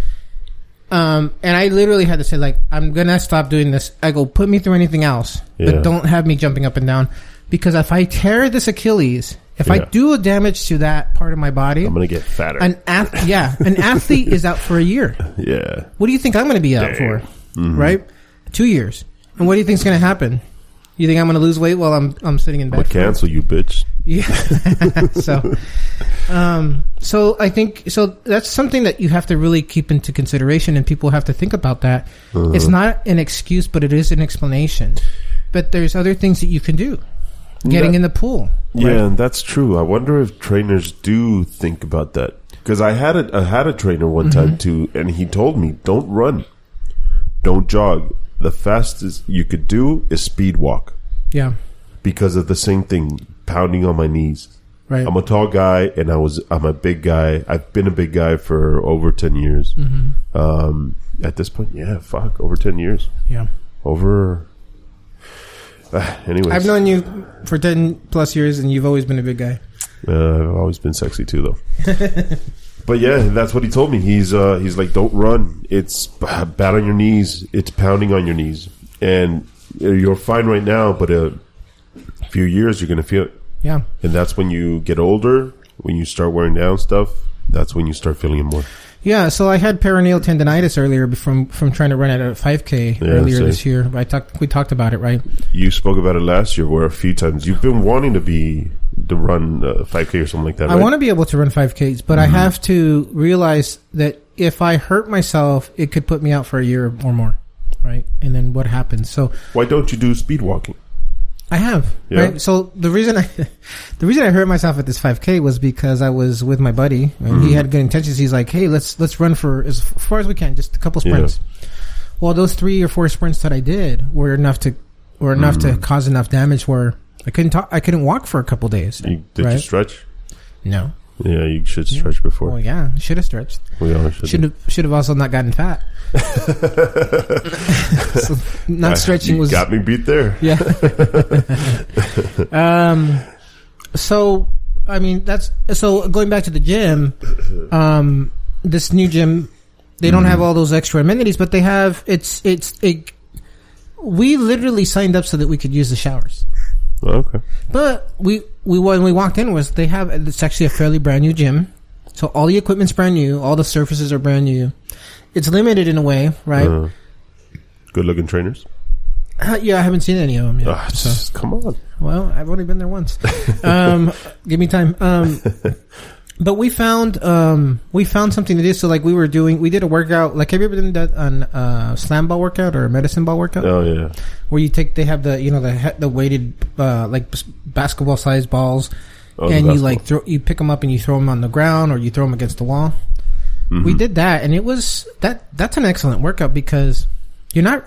um, and I literally had to say like, I'm gonna stop doing this. I go, put me through anything else, Yeah. but don't have me jumping up and down, because if I tear this Achilles, if I Yeah. do a damage to that part of my body, I'm gonna get fatter. an ath- yeah, an athlete is out for a year. yeah. What do you think I'm gonna be out for? Mm-hmm. Right, two years. And what do you think's gonna happen? You think I'm gonna lose weight while I'm I'm sitting in bed? I'm gonna for- cancel you, bitch. yeah. so, um, so I think so. That's something that you have to really keep into consideration, and people have to think about that. Uh-huh. It's not an excuse, but it is an explanation. But there's other things that you can do. Getting Yeah. in the pool. Yeah, and that's true. I wonder if trainers do think about that because I had a I had a trainer one Mm-hmm. time too, and he told me don't run, don't jog. The fastest you could do is speed walk Yeah. because of the same thing, pounding on my knees. Right. I'm a tall guy, and I was I'm a big guy. I've been a big guy for over ten years. Mm-hmm. Um, at this point, yeah, fuck, over ten years, yeah. over. Ah, anyways, I've known you for ten plus years, and you've always been a big guy. Uh, I've always been sexy too, though. but yeah, that's what he told me. He's uh, he's like, don't run. It's b- bad on your knees. It's pounding on your knees, and uh, you're fine right now. But uh, a few years, you're gonna feel it, Yeah. and that's when you get older. When you start wearing down stuff, that's when you start feeling it more. Yeah, so I had perineal tendonitis earlier from from trying to run at a 5K Yeah, earlier same. this year. I talked, we talked about it, right? You spoke about it last year, where a few times you've been wanting to be to run uh, 5K or something like that. I right? Mm-hmm. want to be able to run 5Ks, but I have to realize that if I hurt myself, it could put me out for a year or more, right? And then what happens? So Why don't you do speed walking? I have, Yeah. right? So the reason I, the reason I hurt myself at this 5K was because I was with my buddy and Mm-hmm. he had good intentions. He's like, "Hey, let's let's run for as far as we can, just a couple Yeah. sprints." Well, those three or four sprints that I did were enough to were enough Mm-hmm. to cause enough damage where I couldn't talk, I couldn't walk for a couple days. You, did you Right. stretch? No, Yeah, you should stretch before. well, yeah, should have stretched. We all should. Should have should have also not gotten fat. so I- not stretching you was got me beat there. yeah. um, so I mean that's so going back to the gym. Um, this new gym, they Mm-hmm. don't have all those extra amenities, but they have it's it's it. We literally signed up so that we could use the showers, Oh, Okay. but we we when we walked in was they have it's actually a fairly brand new gym, so all the equipment's brand new, all the surfaces are brand new. It's limited in a way, right? Uh, Uh, good looking trainers. yeah, I haven't seen any of them yet. Ah, so. just- come on. Well, I've only been there once. Um, give me time. Um, but we found um, we found something to do. So like we were doing, we did a workout. Like have you ever done that on uh, slam ball workout or a medicine ball workout, Oh yeah. where you take they have the you know the he- the weighted uh, like basketball sized balls, Oh, and the you like throw you pick them up and you throw them on the ground or you throw them against the wall. Mm-hmm. We did that, and it was that that's an excellent workout because you're not.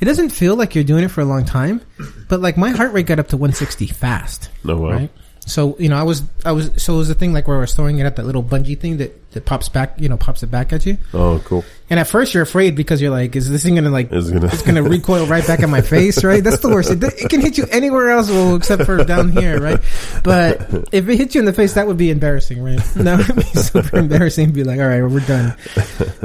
It doesn't feel like you're doing it for a long time, but like my heart rate got up to 160 fast No wow. right? So you know, I was, I was, so it was the thing like where I was throwing it at that little bungee thing that, that pops back, you know, pops it back at you. Oh cool. And at first, you're afraid because you're like, is this thing gonna like, It's gonna. it's gonna recoil right back at my face, right? That's the worst. It, it can hit you anywhere else, well, except for down here, right? But if it hit you in the face, that would be embarrassing, right? That would be super embarrassing. Be like, all right, we're done.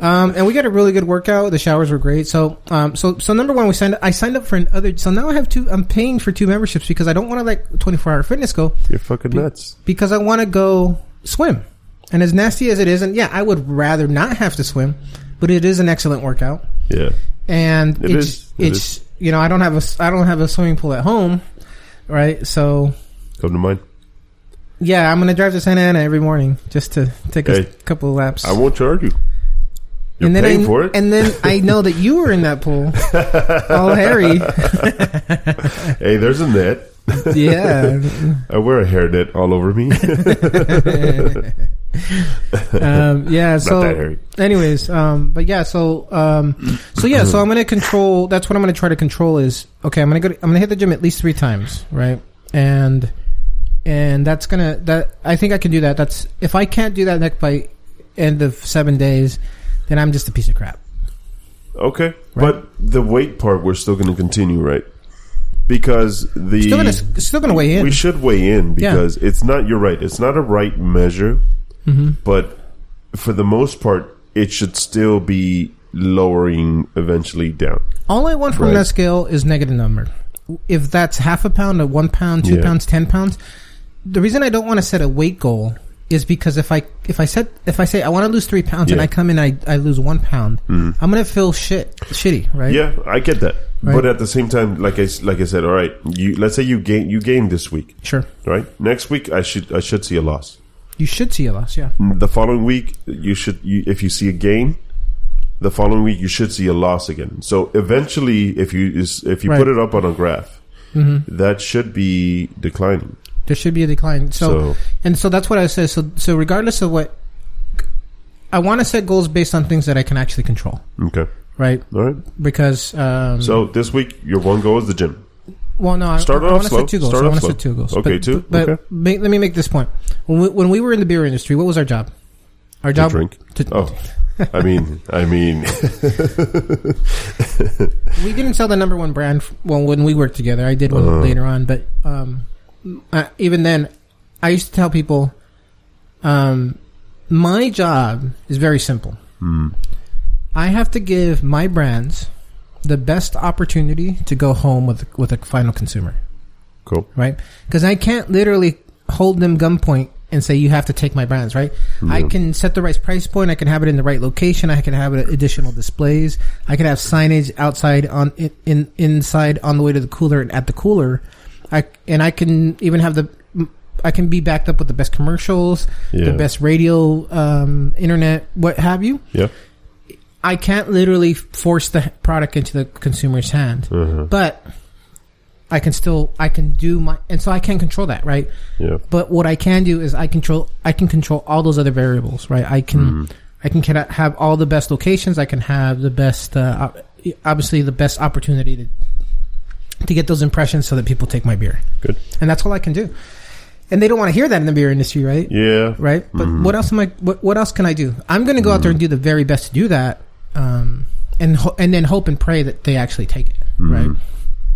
Um, and we got a really good workout. The showers were great. So, um, so, so number one, we signed. I signed up for another. So now I have two. I'm paying for two memberships because I don't want to like 24 hour fitness go You're fucking nuts. because I want to go swim. And as nasty as it is, and yeah, I would rather not have to swim, but it is an excellent workout. Yeah. And It it's, is. It it's you know I don't have a s- I don't have a swimming pool at home, right? So Come to mind. Yeah, I'm gonna drive to Santa Ana every morning just to take a Hey. couple of laps. I won't charge you. You're and then paying I, for it. And then I know that you were in that pool, all hairy. hey, there's a net. yeah. I wear a hairnet all over me. um, yeah. Not that So, hairy. anyways, um, but yeah. So, um, so yeah. So I'm gonna control. That's what I'm gonna try to control. Is okay. I'm gonna go. I'm gonna hit the gym at least three times, right? And and that's gonna that I think I can do that. That's if I can't do that next by end of seven days, then I'm just a piece of crap. Okay, but the weight part we're still going to continue, right? Because the Still gonna still gonna weigh in. we should weigh in Yeah. because it's not. You're right. It's not a right measure, Mm-hmm. but for the most part, it should still be lowering eventually down. All I want from Right. that scale is negative number. If that's half a pound, or one pound, two Yeah. pounds, ten pounds, the reason I don't want to set a weight goal is because if I if I set if I say I want to lose three pounds and Yeah. Hmm. I come in I I lose one pound, I'm gonna feel shit shitty, right? Yeah, I get that, Right. but at the same time, like I s- like I said, all right. You let's say you gain you gain this week, Sure. right? Next week, I should I should see a loss. You should see a loss. Yeah. the following week you should you, if you see a gain the following week you should see a loss again so eventually if you is if you Right. Mm-hmm. put it up on a graph that should be declining There should be a decline. So, So- and so that's what I said. So so regardless of what, I want to set goals based on things that I can actually control, okay right? all right Because um, so this week your one goal is the gym Well, no, I- Start I, off want to slow. set two goals. Start I off want to slow. set two goals. Okay, but, two? But Okay. ma- let me make this point. When we, when we were in the beer industry, what was our job? Our to job drink to- oh i mean i mean Oh. we didn't sell the number one brand. f- Well, when we worked together, I did one Uh-huh. later on. But um, I, even then, I used to tell people, um, my job is very simple. Hmm. I have to give my brands the best opportunity to go home with with a final consumer. cool right? Because I can't literally hold them gunpoint and say you have to take my brands, right? I can set the right price point. I can have it in the right location. I can have it at additional displays. I can have signage outside on in, in inside on the way to the cooler and at the cooler. I and I can even have the I can be backed up with the best commercials, Yeah. the best radio, um, internet, what have you. yeah I can't literally force the product into the consumer's hand, Uh-huh. but I can still I can do my and so I can control that, right? yeah But what I can do is I control I can control all those other variables, right? I can I can kinda have all the best locations. I can have the best uh, op- obviously the best opportunity to to get those impressions so that people take my beer, good and that's all I can do. And they don't want to hear that in the beer industry, right? yeah Mm-hmm. right? But what else am I? What, what else can I do? I'm going to go out there and do the very best to do that, um, and ho- and then hope and pray that they actually take it, Mm-hmm. right?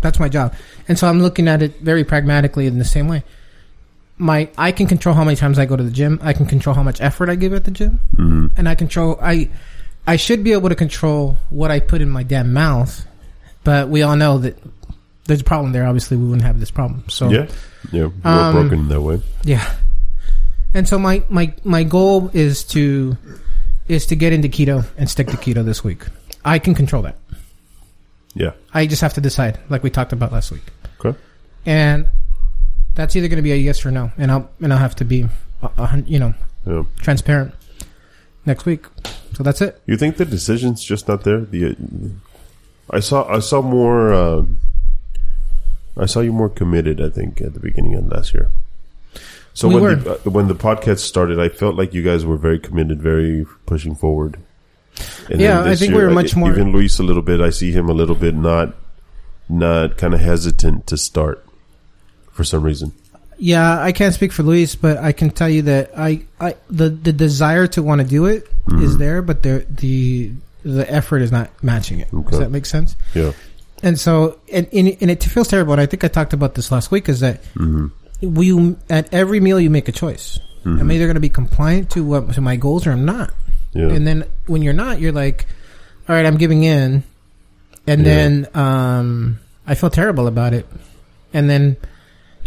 That's my job, and so I'm looking at it very pragmatically in the same way. My I can control how many times I go to the gym. I can control how much effort I give at the gym, Mm-hmm. mm and I control I I should be able to control what I put in my damn mouth. But we all know that there's a problem there. Obviously, we wouldn't have this problem. So yeah yeah we're Um, broken in that way yeah. And so my, my, my goal is to is to get into keto and stick to keto this week. I can control that. yeah I just have to decide, like we talked about last week. okay And that's either going to be a yes or no, and I'll and I'll have to be, a- a hun- you know, yeah transparent next week. So that's it. You think the decision's just not there? The uh, I saw I saw more. Uh, I saw you more committed. I think at the beginning of last year. So We when were. The, uh, when the podcast started, I felt like you guys were very committed, very pushing forward. And Yeah, then I this think we were much e- more- Even Luis a little bit. I see him a little bit not not kind of hesitant to start for some reason. Yeah, I can't speak for Luis, but I can tell you that I, I the the desire to want to do it is there, but the the the effort is not matching it. Okay. Does that make sense? Yeah, And so, and, and, and it feels terrible. And I think I talked about this last week is that Mm-hmm. we, at every meal, you make a choice. I'm either going to be compliant to what, to my goals or I'm not. yeah, And then when you're not, you're like, all right, I'm giving in. And Yeah. then, um, I feel terrible about it. And then,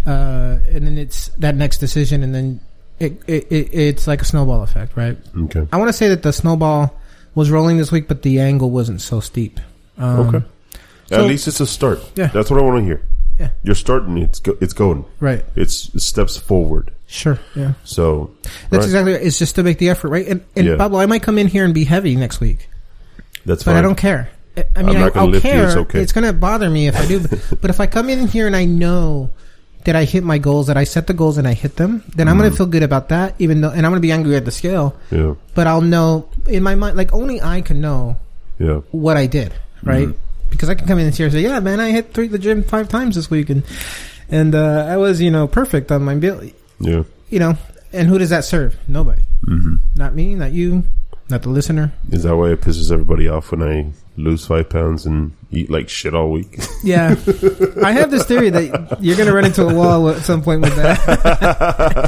uh, and then it's that next decision. And then it, it, it it's like a snowball effect, right? okay, I want to say that the snowball was rolling this week, but the angle wasn't so steep. Um, okay. so- at least it's a start. Yeah. that's what I want to hear. Yeah. You're starting. It's go, it's going. Right. It's it steps forward. Sure. Yeah. So That's right. exactly. It's just to make the effort, right? And, and Yeah. Pablo, I might come in here and be heavy next week, that's but fine. I don't care. I- I mean, I'm I, not gonna I'll lift you, care. it's okay. going to bother me if I do. but- but if I come in here and I know that I hit my goals, that I set the goals and I hit them, then I'm going Mm-hmm. to feel good about that. Even though, and I'm going to be angry at the scale, yeah. but I'll know in my mind, like only I can know Yeah. what I did, right? Mm-hmm. Because I can come in here and say, "Yeah, man, I hit three the gym five times this week, and and uh, I was, you know, perfect on my bill, Yeah. you know." And who does that serve? Nobody. hmm Not me. Not you. Not the listener. Is that why it pisses everybody off when I lose five pounds and eat like shit all week? Yeah, I have this theory that you're going to run into a wall at some point with that,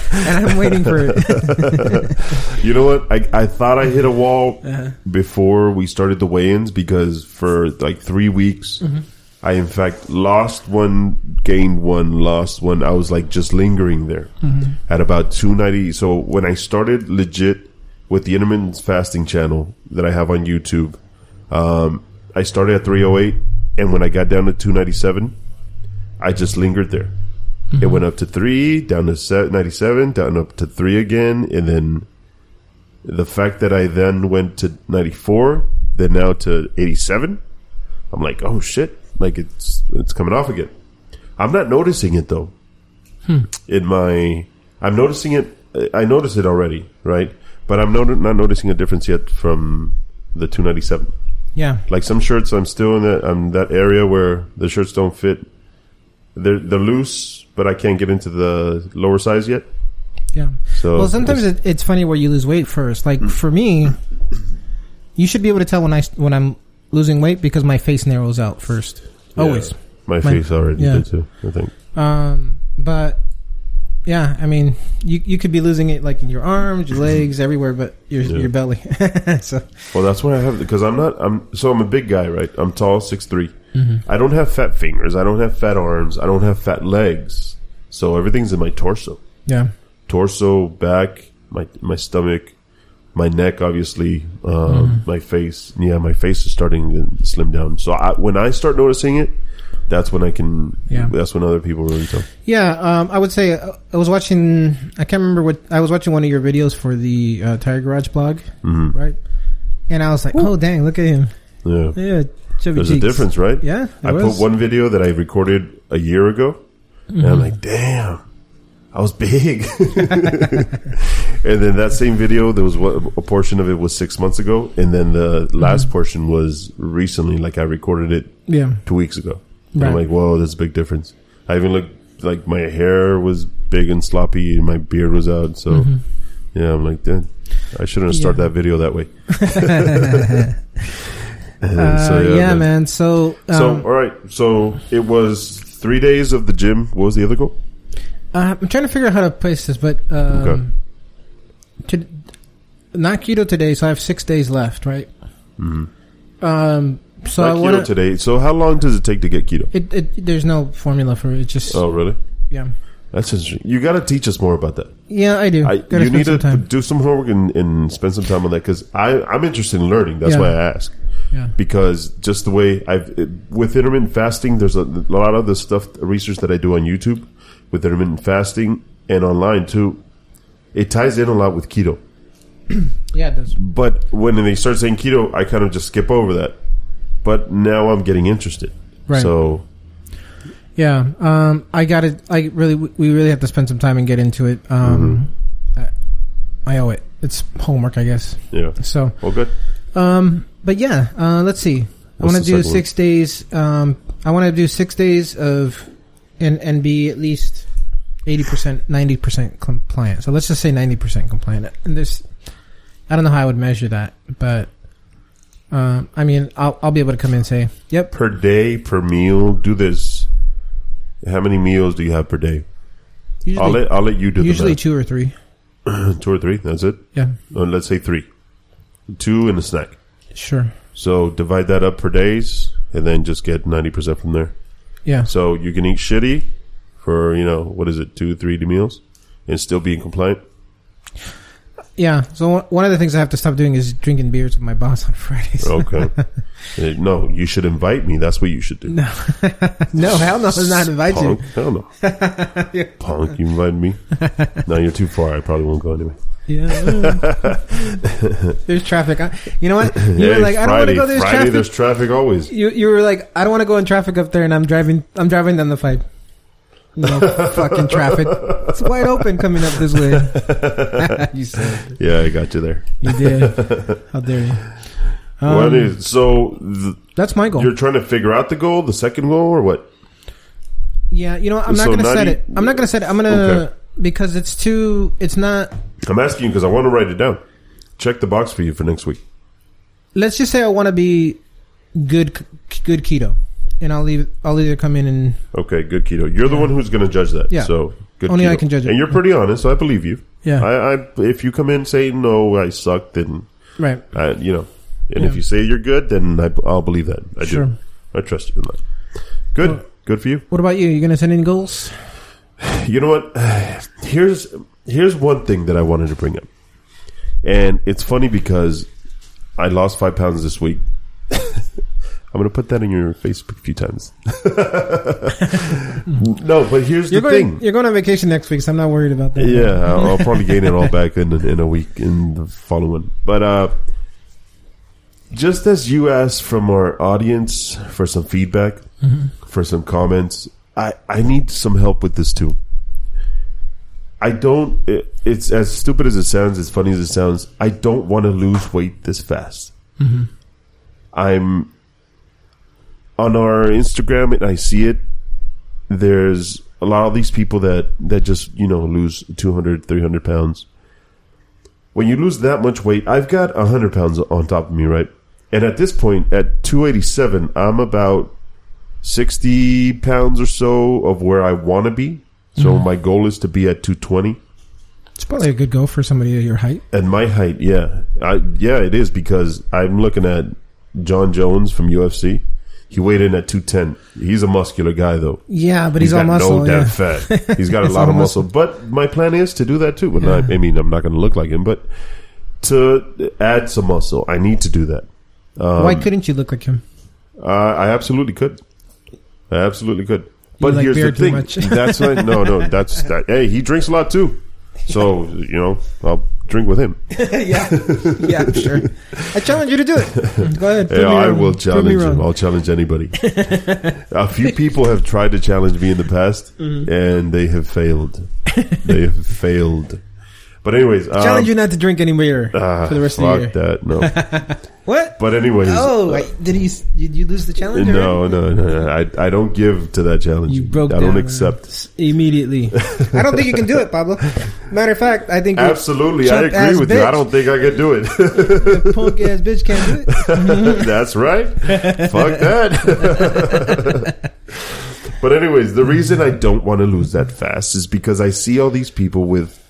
and I'm waiting for it. you know what? I, I thought I hit a wall before we started the weigh-ins because for like three weeks, I in fact lost one, gained one, lost one. I was like just lingering there at about two ninety. So when I started legit with the intermittent fasting channel that I have on YouTube, um, I started at three oh eight, and when I got down to two ninety seven, I just lingered there. It went up to three, down to se- 97, down up to three again, and then the fact that I then went to 94, then now to 87, I'm like, oh shit, like it's it's coming off again. I'm not noticing it though. In my, I'm noticing it. I notice it already, right? But I'm not, not noticing a difference yet from the 297 Yeah, like some shirts i'm still in that i'm that area where the shirts don't fit they're they're loose but i can't get into the lower size yet yeah. so Well, sometimes it's- Mm. it, it's funny where you lose weight first. Like for me, you should be able to tell when I when I'm losing weight because my face narrows out first. yeah, Always. my, my- face already yeah. did too i think Um, but yeah, I mean, you you could be losing it like in your arms, your legs, everywhere, but your Mm-hmm. Yeah. your belly. so well that's why i have because i'm not i'm so i'm a big guy right i'm tall six i don't have fat fingers i don't have fat arms i don't have fat legs so everything's in my torso yeah, torso, back, my my stomach, my neck, obviously, um, my face. Yeah, my face is starting to slim down. So I, when I start noticing it, that's when I can. Yeah. That's when other people really tell. yeah. Um, I would say uh, I was watching. I can't remember what I was watching one of your videos for the uh, Tire Garage blog, Mhm. right? And I was like, oh dang, look at him. Yeah. Yeah, chubby There's a cheeks. difference, right? Yeah, I there was. put one video that I recorded a year ago, and I'm like, damn, I was big. and then that same video, there was one, a portion of it was six months ago, and then the last Mm-hmm. portion was recently. Like I recorded it Yeah, two weeks ago. And I'm Right. like, whoa, that's a big difference. I even looked like my hair was big and sloppy, and my beard was out. So, yeah, I'm like, dude, I shouldn't have started Mm-hmm. Yeah. that video that way. And uh, yeah, then- man. So, um, So, all right. So it was three days of the gym. What was the other goal? Uh, I'm trying to figure out how to place this, but um, to not keto today, so I have six days left, right? Um, so Mm-hmm. Not I keto want to. today. So, how long does it take to get keto? It, it, there's no formula for it. It's just Oh, really? yeah, That's interesting. You got to teach us more about that. yeah. I do. I, Gotta you spend need some to time. do some homework and, and spend some time on that because I'm interested in learning. That's Yeah. why I ask. Yeah, because just the way I've it- with intermittent fasting, there's a, a lot of the stuff research that I do on YouTube with intermittent fasting and online too. It ties in a lot with keto, yeah. It does. but when they start saying keto, I kind of just skip over that. But now I'm getting interested, Right. so Yeah. Um, I got to I really. We really have to spend some time and get into it. Mm-hmm. Um, I, I owe it. It's homework, I guess. yeah. So. Well, good. Um, but yeah, uh, let's see. I What's want to the do second one? six days. Um, I want to do six days of and and be at least eighty percent, ninety percent compliant. So let's just say ninety percent compliant. And there's, I don't know how I would measure that, but um, I mean, I'll I'll be able to come in and say, yep, Per day, per meal, do this. How many meals do you have per day? I'll usually let I'll let you do usually the two or three. math. two or three. That's it. Yeah, Uh, let's say three, two and a snack. sure. So divide that up per days, and then just get ninety percent from there. Yeah, So you can eat shitty for you know what is it two three meals, and still be in compliant. yeah. So one- one of the things I have to stop doing is drinking beers with my boss on Fridays. Okay. Eh, no, you should invite me. That's what you should do. No, no, hell no, I'm not invite you. Punk? Hell no. Punk, you invite me? no, you're too far. I probably won't go anyway. Yeah, there's traffic. I, you know what? You were Hey, like, I don't want to Friday, go. There's Friday, traffic. there's traffic always. You you were like, I don't want to go in traffic up there, and I'm driving. I'm driving down the five. No fucking traffic. It's wide open coming up this way. you said Yeah, I got you there. you did. How dare you? Um, what is, so th- that's my goal. you're trying to figure out the goal, the second goal, or what? Yeah, you know, what? I'm not So gonna not set e- it. I'm not gonna set it. I'm gonna Okay. because it's too. It's not. I'm asking you because I want to write it down. Check the box for you for next week. Let's just say I want to be good, c- good keto, and I'll leave. I'll either come in and Okay, good keto. You're the one who's going to judge that. Yeah. So good. Only keto. I can judge it. And you're pretty honest, so I believe you. yeah, I, I if you come in and say no, I suck, then right, I, you know. And Yeah. if you say you're good, then I, will believe that. I sure. do. I trust you in that. Good. Well- good for you. What about you? You gonna set any goals? You know what? Here's here's one thing that I wanted to bring up, and it's funny because I lost five pounds this week. I'm gonna put that in your Facebook a few times. no, but here's You're the going. thing. You're going on vacation next week, so I'm not worried about that. Yeah, I'll, I'll probably gain it all back in in a week in the following. But uh, just as you asked from our audience for some feedback, for some comments, I I need some help with this too. I don't. It, it's as stupid as it sounds, as funny as it sounds. I don't want to lose weight this fast. I'm on our Instagram, and I see it there's a lot of these people that that just you know lose 200 300 pounds when you lose that much weight i've got 100 pounds on top of me right and at this point at 287 i'm about 60 pounds or so of where i want to be so my goal is to be at 220 It's probably a good goal for somebody of your height. and my height yeah i yeah it is because i'm looking at john jones from ufc he weighed in at 210 he's a muscular guy though Yeah, but he's, all got muscle. no yeah. damn fat. He's got a He's lot all of muscle. But my plan is to do that too. But not, I mean, I'm not going to look like him, but to add some muscle, I need to do that. um, Why couldn't you look like him? Uh, I absolutely could. I absolutely could. But like here's beer the too thing. much. That's right. No, no. That's that. Hey, he drinks a lot too. So you know, I'll drink with him. yeah, yeah, I'm sure. I challenge you to do it. Go ahead. prove Yeah, me I wrong. will Prove me challenge him. wrong. I'll challenge anybody. a few people have tried to challenge me in the past, Mm-hmm. and they have failed. They have failed. But anyways, um, Challenge you not to drink any beer Ah, for the rest of fuck the year. that no. What? But anyways, eh, Oh, I, did he? s- Did you lose the challenge? already? no, no, no, no. I I don't give to that challenge. You broke. I don't down accept. s- immediately. I don't think you can do it, Pablo. Matter of fact, I think your Absolutely, I Chump ass agree with you. I bitch. don't think I could do it. punk ass bitch can't do it. That's right. Fuck that. but anyways, the reason I don't want to lose that fast is because I see all these people with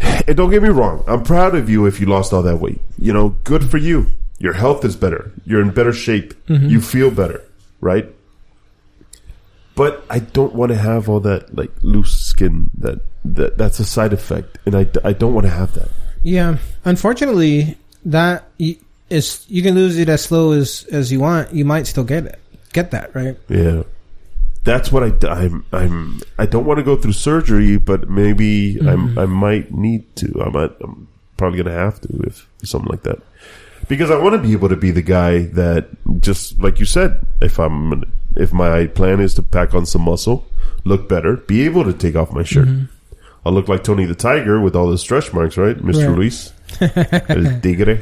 And don't get me wrong, I'm proud of you if you lost all that weight. You know, good for you. Your health is better. You're in better shape. You feel better, right? But I don't want to have all that like loose skin that, that that's a side effect and I, I don't want to have that. Yeah, unfortunately, that y- is you can lose it as slow as as you want. You might still get it. Get that right? Yeah, that's what I, I'm. I'm. I don't want to go through surgery, but maybe Mm-hmm. I'm. I might need to. I might. I'm probably gonna have to if something like that, because I want to be able to be the guy that just like you said. If I'm, if my plan is to pack on some muscle, look better, be able to take off my shirt. I'll look like Tony the Tiger with all the stretch marks, right, Mister Mm-hmm. Right. Ruiz? El Tigre.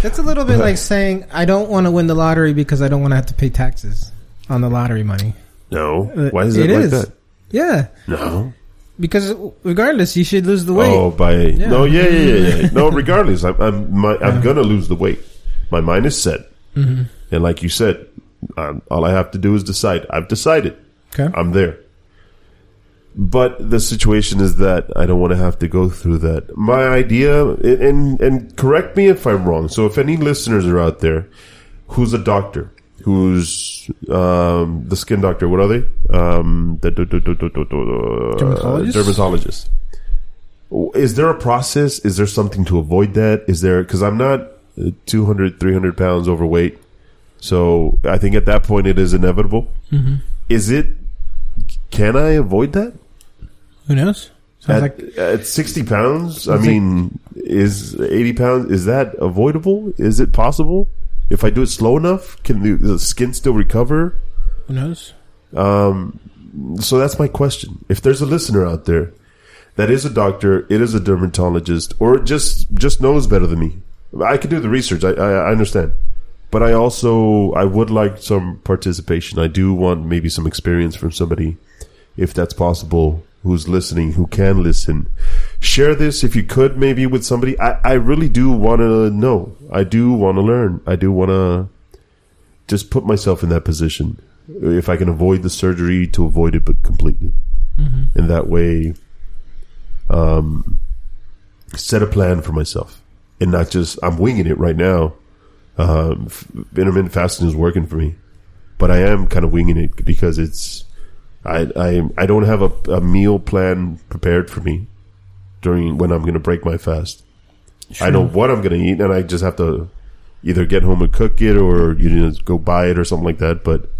That's a little bit like saying I don't want to win the lottery because I don't want to have to pay taxes on the lottery money. No, Uh, why is it, it like is. that? Yeah, No, because regardless, you should lose the weight. Oh, by Yeah. no, yeah, yeah, yeah, yeah. no. Regardless, I'm I'm my, I'm gonna lose the weight. My mind is set, and like you said, um, all I have to do is decide. I've decided. Okay. I'm there. But the situation is that I don't want to have to go through that. My idea, and- and and correct me if I'm wrong. So, if any listeners are out there, who's a doctor, who's um, the skin doctor, what are they? Um, the, the, the, the, the, the, the- Dermatologist? dermatologist. is there a process? Is there something to avoid that? Is there because I'm not uh, 200, 300 pounds overweight, so I think at that point it is inevitable. Is it? Can I avoid that? Who knows? Sounds At, like at 60 pounds, I Sounds like- mean, is 80 pounds? Is that avoidable? Is it possible? If I do it slow enough, can the, the skin still recover? who knows? So that's my question. If there's a listener out there that is a doctor, it is a dermatologist, or just just knows better than me, I could do the research. I, I, I understand, but I also I would like some participation. I do want maybe some experience from somebody, if that's possible. Who's listening? Who can listen? Share this if you could, maybe with somebody. I, I really do want to know. I do want to learn. I do want to just put myself in that position if I can avoid the surgery to avoid it, but completely. And that way, um, set a plan for myself and not just, I'm winging it right now. Um, f- intermittent fasting is working for me, but I am kind of winging it because it's, I, I, I don't have a, a meal plan prepared for me during when I'm going to break my fast. I know what I'm going to eat and I just have to either get home and cook it or, you know, go buy it or something like that. But,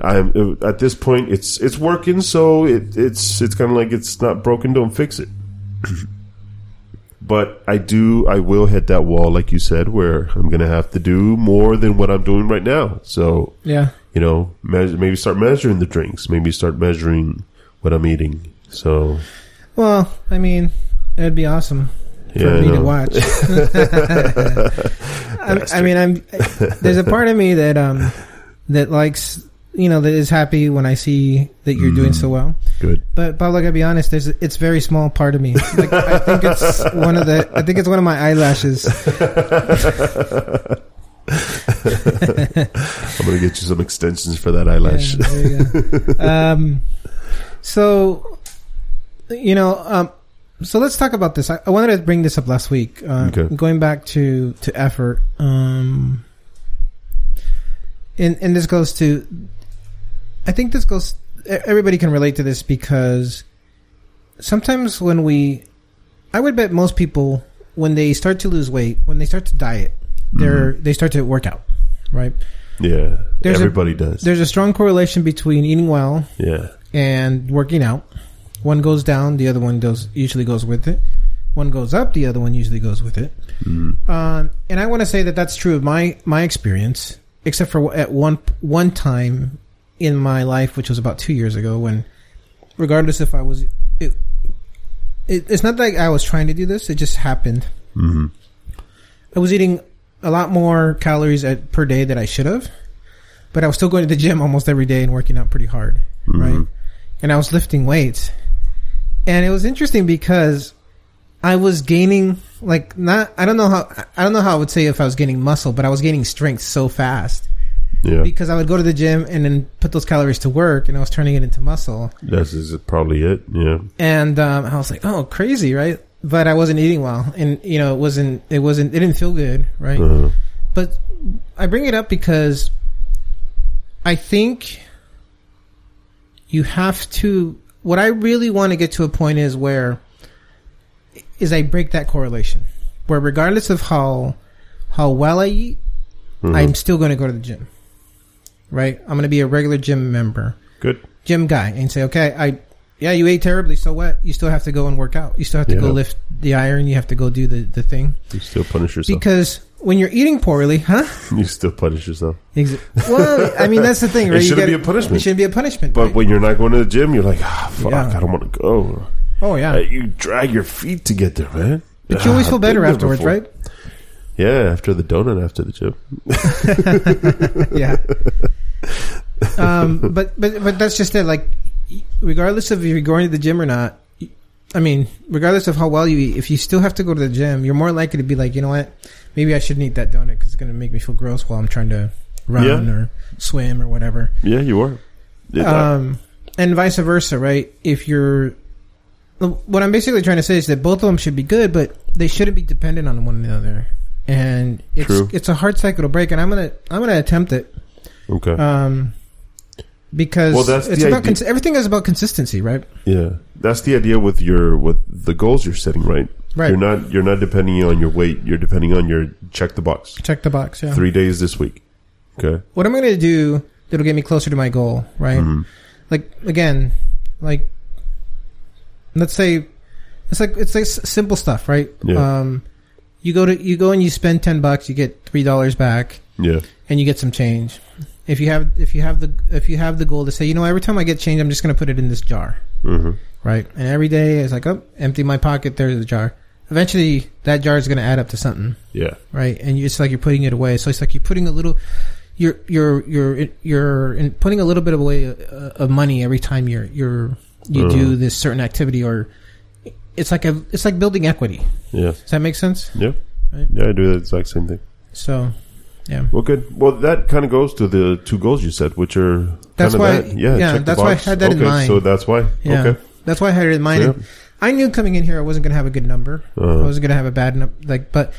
I'm at this point. It's it's working, so it, it's it's kind of like it's not broken. Don't fix it. but I do. I will hit that wall, like you said, where I'm going to have to do more than what I'm doing right now. So Yeah. you know, measure, maybe start measuring the drinks. Maybe start measuring what I'm eating. So Well, I mean, it'd be awesome for yeah, I me to know. watch. I, I mean, I'm there's a part of me that um that likes you know that is happy when I see that you're doing Mm-hmm. so well. good. But Pablo, I gotta be honest. There's it's a very small part of me. Like, I think it's one of the. I think it's one of my eyelashes. I'm going to get you some extensions for that eyelash. Yeah, there you go. um, so, you know, um, so let's talk about this. I, I wanted to bring this up last week. Uh, Okay. Going back to to effort, um, and and this goes to, I think this goes. e- Everybody can relate to this because sometimes when we, I would bet most people when they start to lose weight, when they start to diet, they're they start to work out, right? yeah, There's a- everybody does. There's a strong correlation between eating well yeah, and working out. One goes down, the other one goes usually goes with it. One goes up, the other one usually goes with it. Um, and I want to say that that's true of my my experience, except for at one one time in my life, which was about two years ago, when regardless if I was, it, it, it's not like I was trying to do this; it just happened. Mm-hmm. I was eating a lot more calories at, per day than I should have, but I was still going to the gym almost every day and working out pretty hard, right? And I was lifting weights, and it was interesting because I was gaining like not I don't know how I don't know how I would say if I was gaining muscle, but I was gaining strength so fast yeah. because I would go to the gym and then put those calories to work, and I was turning it into muscle. That's is probably it. Yeah. And um, I was like, oh, crazy, right? But I wasn't eating well, and you know, it wasn't it wasn't it didn't feel good, right? Uh-huh. But I bring it up because I think you have to. What I really want to get to a point is where is I break that correlation, where regardless of how how well I eat, I'm still going to go to the gym. Right, I'm going to be a regular gym member, Good. gym guy, and say, okay, I yeah, you ate terribly, so what? You still have to go and work out. You still have to go Yeah. lift the iron. You have to go do the the thing You still punish yourself. because when you're eating poorly, huh? you still punish yourself. Exa- Well, I mean that's the thing, right? It You shouldn't gotta- be a punishment. It shouldn't be a punishment. But right? when you're not going to the gym, you're like, ah, fuck, Yeah. I don't want to go. oh yeah, Uh, You drag your feet to get there, man. but you always Ah, feel I've been better there afterwards, before. right? Yeah, after the donut, after the gym. Yeah. um, but but but that's just it. Like, regardless of if you're going to the gym or not, I mean, regardless of how well you eat, if you still have to go to the gym, you're more likely to be like, you know what, maybe I shouldn't eat that donut because it's going to make me feel gross while I'm trying to run Yeah. or swim or whatever. Yeah, you are. It- I- um, and vice versa, right? If you're, what I'm basically trying to say is that both of them should be good, but they shouldn't be dependent on one another. And it's True. Uh, it's a hard cycle to break, and I'm gonna I'm gonna attempt it. okay. Um, because Well, that's it's the about idea. cons- everything is about consistency, right? Yeah, that's the idea with your with the goals you're setting, right? Right. You're not you're not depending on your weight. You're depending on your check the box. Check the box. Yeah. Three days this week. Okay. What I'm going to do that'll get me closer to my goal, right? Mhm. Like again, like let's say it's like it's like s- simple stuff, right? Yeah. Um, you go to you go and you spend ten bucks, you get three dollars back. Yeah. and you get some change. If you have if you have the if you have the goal to say, you know, every time I get change, I'm just going to put it in this jar, hmm right? And every day it's like, oh, empty my pocket. There's the jar. Eventually, that jar is going to add up to something, Yeah. right? And you- it's like you're putting it away. So it's like you're putting a little, you're you're you're you're in, putting a little bit away uh, of money every time you're you're you do Mhm. this certain activity, or it's like a it's like building equity. Yeah. Does that make sense? Yeah. Right. Yeah. I do the exact same thing. So, yeah. Well, good. Well, that kind of goes to the two goals you said, which are That's kinda why- that. Yeah, yeah, check the that's why I box. had that in okay, mind. So that's why. Yeah. Okay. That's why I had it in mind. Yeah. And I knew coming in here I wasn't going to have a good number. Uh-huh. I wasn't going to have a bad number. Like, but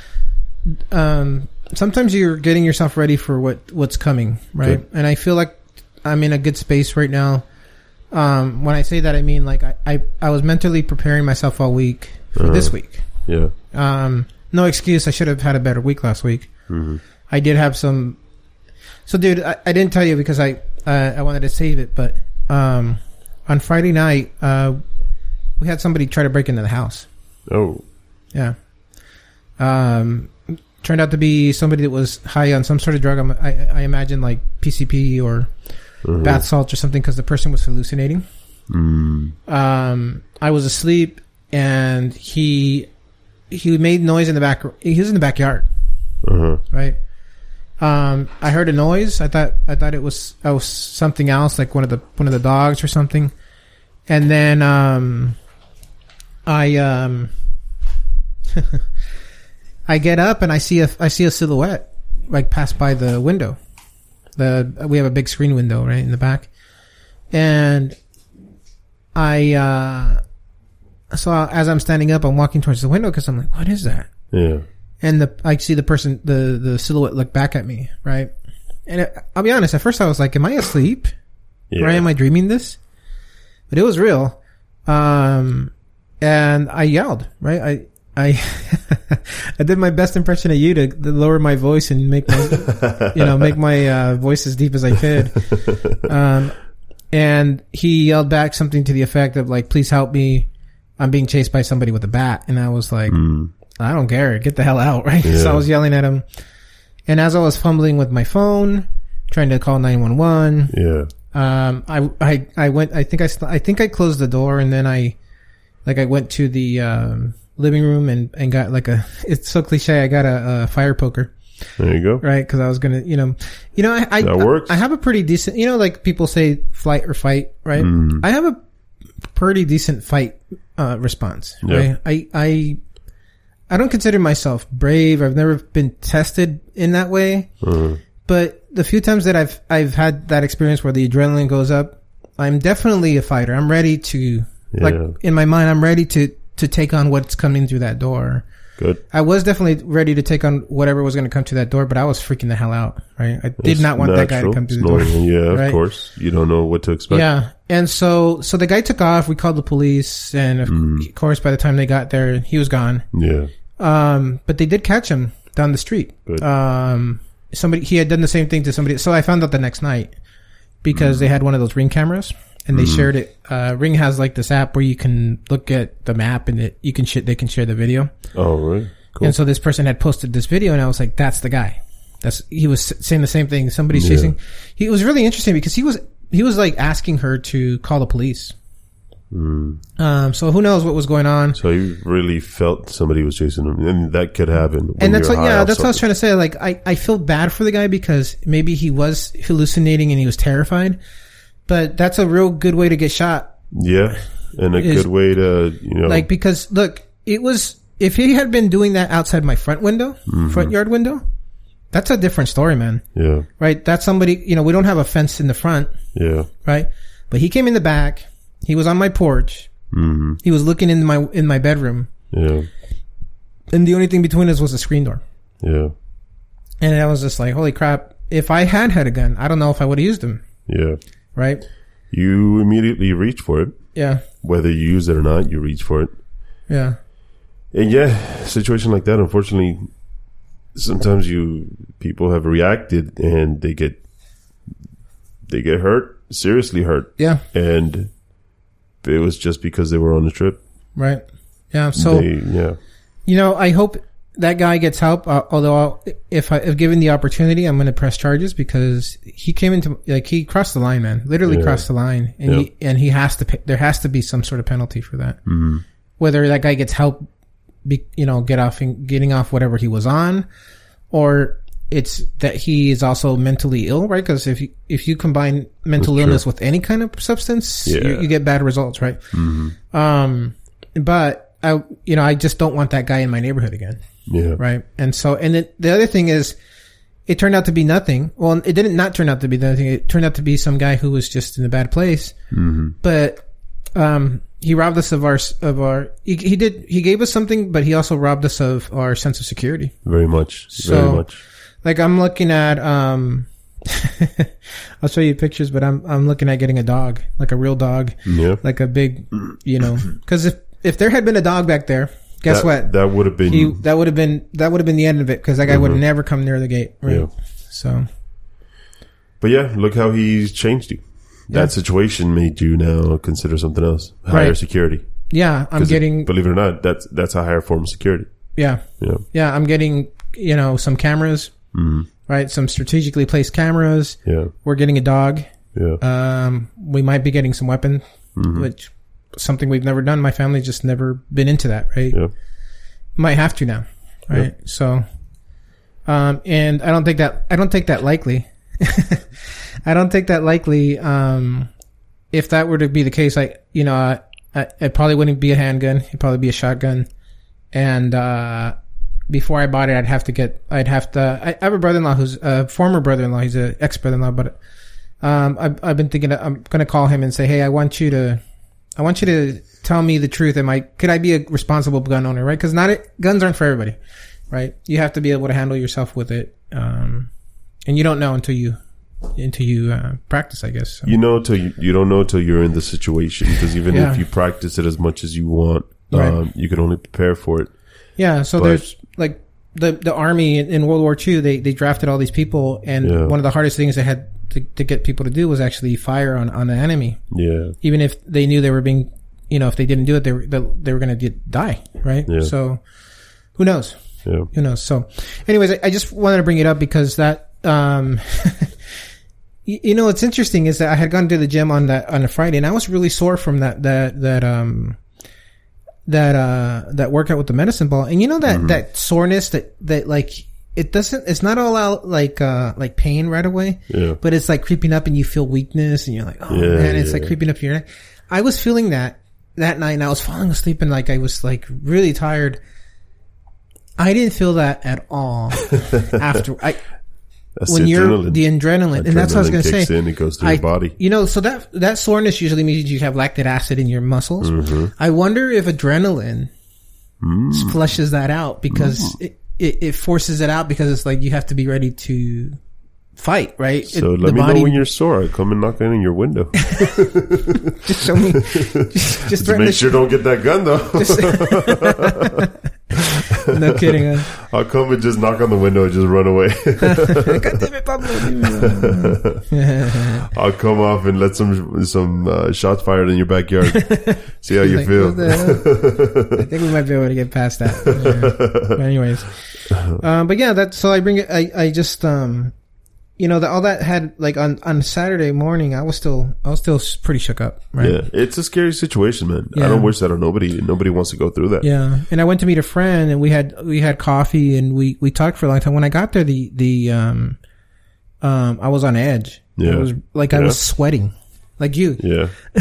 um, sometimes you're getting yourself ready for what what's coming, right? Good. And I feel like I'm in a good space right now. Um, when I say that, I mean like I, I, I was mentally preparing myself all week for this Uh-huh. week. Yeah. Um, no excuse. I should have had a better week last week. hmm I did have some. So, dude, I, I didn't tell you because I uh, I wanted to save it, but um, on Friday night uh, we had somebody try to break into the house. Oh. Yeah. Um, turned out to be somebody that was high on some sort of drug. I'm- I I imagine like PCP or Mhm. bath salts or something because the person was hallucinating Mm. um, I was asleep, and he he made noise in the back. He was in the backyard, Uh-huh. right? Um, I heard a noise. I thought I thought it was oh something else, like one of the one of the dogs or something. And then um, I um, I get up and I see a I see a silhouette like pass by the window. The we have a big screen window right in the back, and I uh, saw as I'm standing up, I'm walking towards the window because I'm like, what is that? Yeah. and the I see the person the the silhouette look back at me, right? And I, I'll be honest, at first I was like, "Am I asleep? Yeah. Or am I dreaming this?" But it was real, um, and I yelled, right? I I I did my best impression of you to, to lower my voice and make my you know make my uh, voice as deep as I could. Um, and he yelled back something to the effect of like, "Please help me." I'm being chased by somebody with a bat, and I was like, Mm. I don't care. Get the hell out, right? Yeah. So I was yelling at him. And as I was fumbling with my phone, trying to call 911, Yeah. um, I, I, I went, I think I, sl- I think I closed the door and then I, like I went to the, um, living room and, and got like a, it's so cliche. I got a, a fire poker, There you go. right? Cause I was going to, you know, you know, I, I, That works. I, have a pretty decent, you know, like people say flight or fight, right? Mm. I have a pretty decent fight uh, response. Yeah. Right? I I I don't consider myself brave. I've never been tested in that way. Uh-huh. But the few times that I've I've had that experience where the adrenaline goes up, I'm definitely a fighter. I'm ready to Yeah. like in my mind, I'm ready to to take on what's coming through that door. Good. I was definitely ready to take on whatever was going to come through that door, but I was freaking the hell out. Right? I did It's not want that guy to natural. come through the It's door. normal. Yeah, of Right? course. You don't know what to expect. Yeah, and so so the guy took off. We called the police, and of course, by the time they got there, he was gone. Yeah. Um, but they did catch him down the street. Good. Um, somebody he had done the same thing to somebody. So I found out the next night because they had one of those ring cameras and they shared it. Uh, Ring has like this app where you can look at the map and it, you can sh- they can share the video. Oh, really? Cool. And so this person had posted this video, and I was like, "That's the guy." That's he was s- saying the same thing. Somebody's Yeah. chasing. He it was really interesting because he was he was like asking her to call the police. Mm. Um, so who knows what was going on? So you really felt somebody was chasing him, and that could happen. when and that's you're what high yeah, off that's what I was trying to something. say. Like I I feel bad for the guy because maybe he was hallucinating and he was terrified, but that's a real good way to get shot Yeah, and a is- good way to you know, Like because look, it was if he had been doing that outside my front window, Mm-hmm. front yard window, that's a different story, man. yeah, Right? That's somebody, you know, we don't have a fence in the front, yeah, right? But he came in the back. He was on my porch. mm-hmm. He was looking in my in my bedroom, yeah, and the only thing between us was a screen door. yeah, And I was just like, "Holy crap! If I had had a gun, I don't know if I would have used them." yeah, right? You immediately reach for it, Yeah, whether you use it or not. You reach for it, yeah, and yeah, situation like that. Unfortunately, sometimes you people have reacted and they get they get hurt, seriously hurt, yeah, and it was just because they were on a trip. right. Yeah. So they, yeah, you know, I hope that guy gets help. Uh, although, I'll, if I, if given the opportunity, I'm going to press charges because he came into like he crossed the line, man. Literally Yeah. crossed the line, and Yeah. he and he has to pay, there has to be some sort of penalty for that. Mm-hmm. Whether that guy gets help, be, you know, get off and getting off whatever he was on, or it's that he is also mentally ill, right? Because if you, if you combine mental illness with any kind of substance, Yeah. you, you get bad results, right? Um, but I, you know, I just don't want that guy in my neighborhood again, yeah, right? And so, and then the other thing is, it turned out to be nothing. Well, it didn't not turn out to be nothing. It turned out to be some guy who was just in a bad place. Mm-hmm. But um, he robbed us of our s- of our. He, he did. He gave us something, but he also robbed us of our sense of security. very much, very So- much. Like I'm looking at um. I'll show you pictures, but I'm I'm looking at getting a dog, like a real dog, Yeah. like a big, you know, because if if there had been a dog back there, guess that, what? That would have been He that would have been that would have been the end of it because that guy would Mhm. have never come near the gate, right? Yeah. So But yeah, look how he's changed you. Yeah. That situation made you now consider something else. Higher Right. security. yeah, I'm 'Cause it- getting believe it or not, that's that's a higher form of security. yeah Yeah. yeah I'm getting you know some cameras, Mhm. right? Some strategically placed cameras. Yeah. We're getting a dog. Yeah. Um, we might be getting some weapon, Mm-hmm. which something we've never done. My family's just never been into that, right? Yeah. Might have to now, Yeah. right? So, um, and I don't think that I don't think that likely. I don't think that likely. Um, if that were to be the case, I you know I, I it probably wouldn't be a handgun. It'd probably be a shotgun, and uh, before I bought it, I'd have to get I'd have to I, I have a brother in law who's a former brother in law. He's an ex brother in law, but um, I've, I've been thinking I'm gonna call him and say, hey, I want you to, I want you to tell me the truth. Am I could I be a responsible gun owner, right? Because not it, guns aren't for everybody, right? You have to be able to handle yourself with it, um, and you don't know until you until you uh, practice, I guess. So, You know till you, you don't know till you're in the situation because even Yeah. if you practice it as much as you want, Right. um, you can only prepare for it. yeah, so But- there's like the the army in, in World War II, they they drafted all these people, and Yeah. one of the hardest things they had to, to get people to do was actually fire on on the enemy. Yeah. even if they knew they were being, you know, if they didn't do it, they were, they, they were going to die, right? Yeah. So, who knows? Yeah. Who knows? So, anyways, I, I just wanted to bring it up because that, um, you, you know, what's interesting is that I had gone to the gym on that on a Friday, and I was really sore from that that that um that uh that workout with the medicine ball, and you know Mm-hmm. that that soreness that that like. It doesn't. It's not all out like uh like pain right away Yeah. but it's like creeping up and you feel weakness and you're like, oh Yeah, man, it's yeah, like yeah. creeping up your neck. I was feeling that that night and I was falling asleep and like I was like really tired. I didn't feel that at all after I That's when the you're adrenaline. the adrenaline, and that's what I was Adrenaline gonna say. kicks in, it goes through I- your body. You know, so that that soreness usually means you have lactic acid in your muscles. Mm-hmm. I wonder if adrenaline Mm. flushes that out because it, it it forces it out because it's like you have to be ready to fight, right? So It- let the me body- know when you're sore. I'll come and knock on your window. just show me. just, just Just threaten make to sure don't get that gun though. No kidding. Uh, I'll come and just knock on the window and just run away. God damn it, Pablo. I'll come off and let some some uh, shots fired in your backyard. See how you Like, feel. what the hell? I think we might be able to get past that. Yeah. But anyways, um, but yeah, that's so I bring it. I, I just um, you know, the, all that had like on on Saturday morning, I was still I was still s- pretty shook up, right? Yeah, it's a scary situation, man. I Yeah. don't wish that on nobody. Nobody wants to go through that. Yeah, and I went to meet a friend, and we had we had coffee, and we we talked for a long time. When I got there, the the um, um, I was on edge. Yeah. I was like I Yeah. was sweating, like you, Yeah,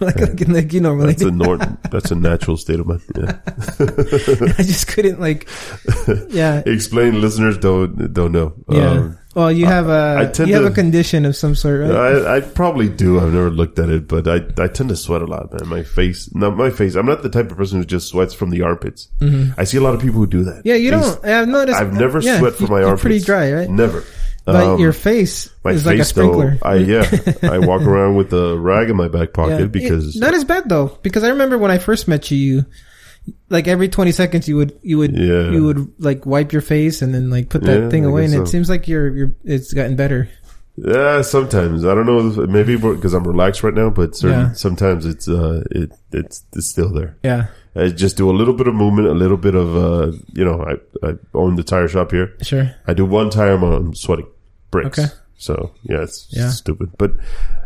like, like like you normally. that's a nor- that's a natural state of mind. Yeah. I just couldn't like, yeah, Explain, listeners don't don't know. yeah. Um, well, you have I a tend you have to- a condition of some sort, right? I, I probably do. I've never looked at it, but I, I tend to sweat a lot, man. My face, not my face. I'm not the type of person who just sweats from the armpits. I see a lot of people who do that. Mm-hmm. yeah, you They- don't. I've noticed. I've never yeah, sweat from my you're armpits. Pretty dry, right? Never. But Um, your face my is face like a sprinkler. though. I yeah, I walk around with a rag in my back pocket Yeah. because It- not as bad though, because I remember when I first met you, like every twenty seconds you would you would Yeah. you would like wipe your face and then like put that Yeah, thing I away, and guess it so. seems like you're you're it's gotten better. Yeah, sometimes I don't know. if- Maybe because I'm relaxed right now, but certain, Yeah. sometimes it's uh, it it's, it's still there. Yeah, I just do a little bit of movement, a little bit of uh, you know, I, I own the tire shop here. sure. I do one tire, I'm, I'm sweating bricks. Okay. So yeah, it's Yeah. stupid, but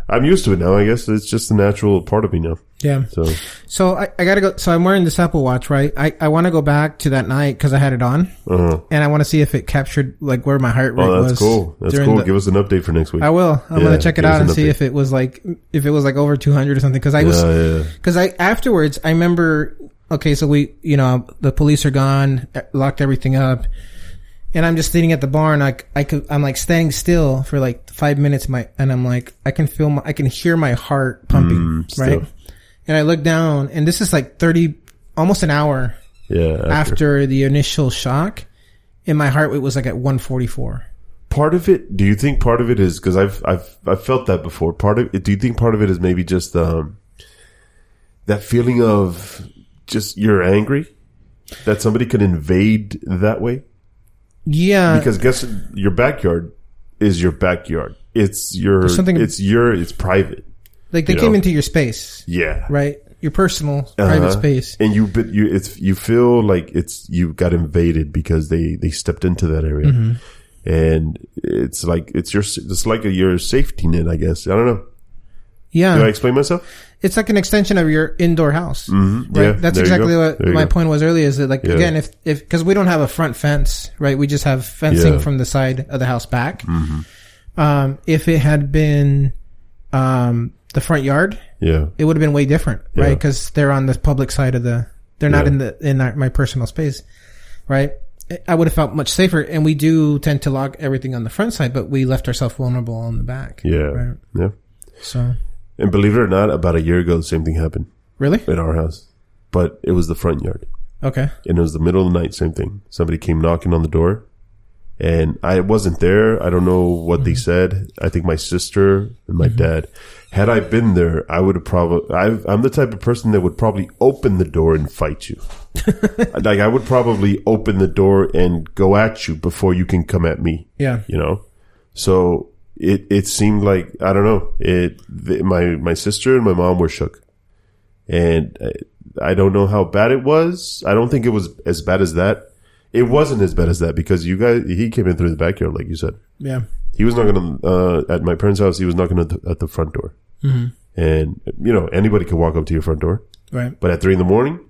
I'm used to it now. I guess it's just a natural part of me now. Yeah. So So I, I gotta go. So I'm wearing this Apple Watch, right? I, I want to go back to that night because I had it on, uh, and I want to see if it captured like where my heart rate oh, that's was. cool. That's during cool. the- Give us an update for next week. I will. I'm Yeah, gonna check it give us out and an see update. if it was like if it was like over 200 or something. Because I was yeah, yeah. Because I afterwards, I remember. Okay, so we, you know, the police are gone, eh, locked everything up, and I'm just sitting at the bar, and I, I could, I'm like standing still for like five minutes, my, and I'm like, I can feel, my, I can hear my heart pumping, Mm, right? stuff. And I look down, and this is like thirty, almost an hour Yeah. after, the initial shock, and my heart rate was like at 144. part of it do you think part of it is because I've, I've i've felt that before part of it do you think part of it is maybe just um that feeling of just you're angry that somebody could invade that way Yeah, because guess your backyard is your backyard it's your There's something- it's your it's private like they you came know. into your space, yeah right? Your personal, Uh-huh. private space. and you but you it's you feel like it's you got invaded because they they stepped into that area Mm-hmm. and it's like it's your it's like a, your safety net i guess i don't know Yeah, Did I explain myself? it's like an extension of your indoor house. Mm-hmm. Right. That's exactly what my point was earlier is that like, Yeah. again, if, if, cause we don't have a front fence, right? We just have fencing Yeah. Mm-hmm. from the side of the house back. Um, if it had been, um, the front yard, Yeah. it would have been way different, Yeah. right? Cause they're on the public side of the, they're not Yeah. in the, in our, my personal space, right? I would have felt much safer. And we do tend to lock everything on the front side, but we left ourselves vulnerable on the back. Yeah. Right. Yeah. So And believe it or not, about a year ago, the same thing happened really? in our house, but it was the front yard, Okay. and it was the middle of the night. Same thing. Somebody came knocking on the door, and I wasn't there. I don't know what they said. I think my sister and my dad. Had I been there, I would have probably. I'm the type of person that would probably open the door and fight you. like I would probably open the door and go at you before you can come at me. Yeah. you know so it it seemed like i don't know it th- my my sister and my mom were shook and I, I don't know how bad it was i don't think it was as bad as that it wasn't as bad as that because you guys he came in through the backyard like you said Yeah. he was knocking on uh, at my parents house he was knocking at the, at the front door and you know anybody could walk up to your front door Right. but at three in the morning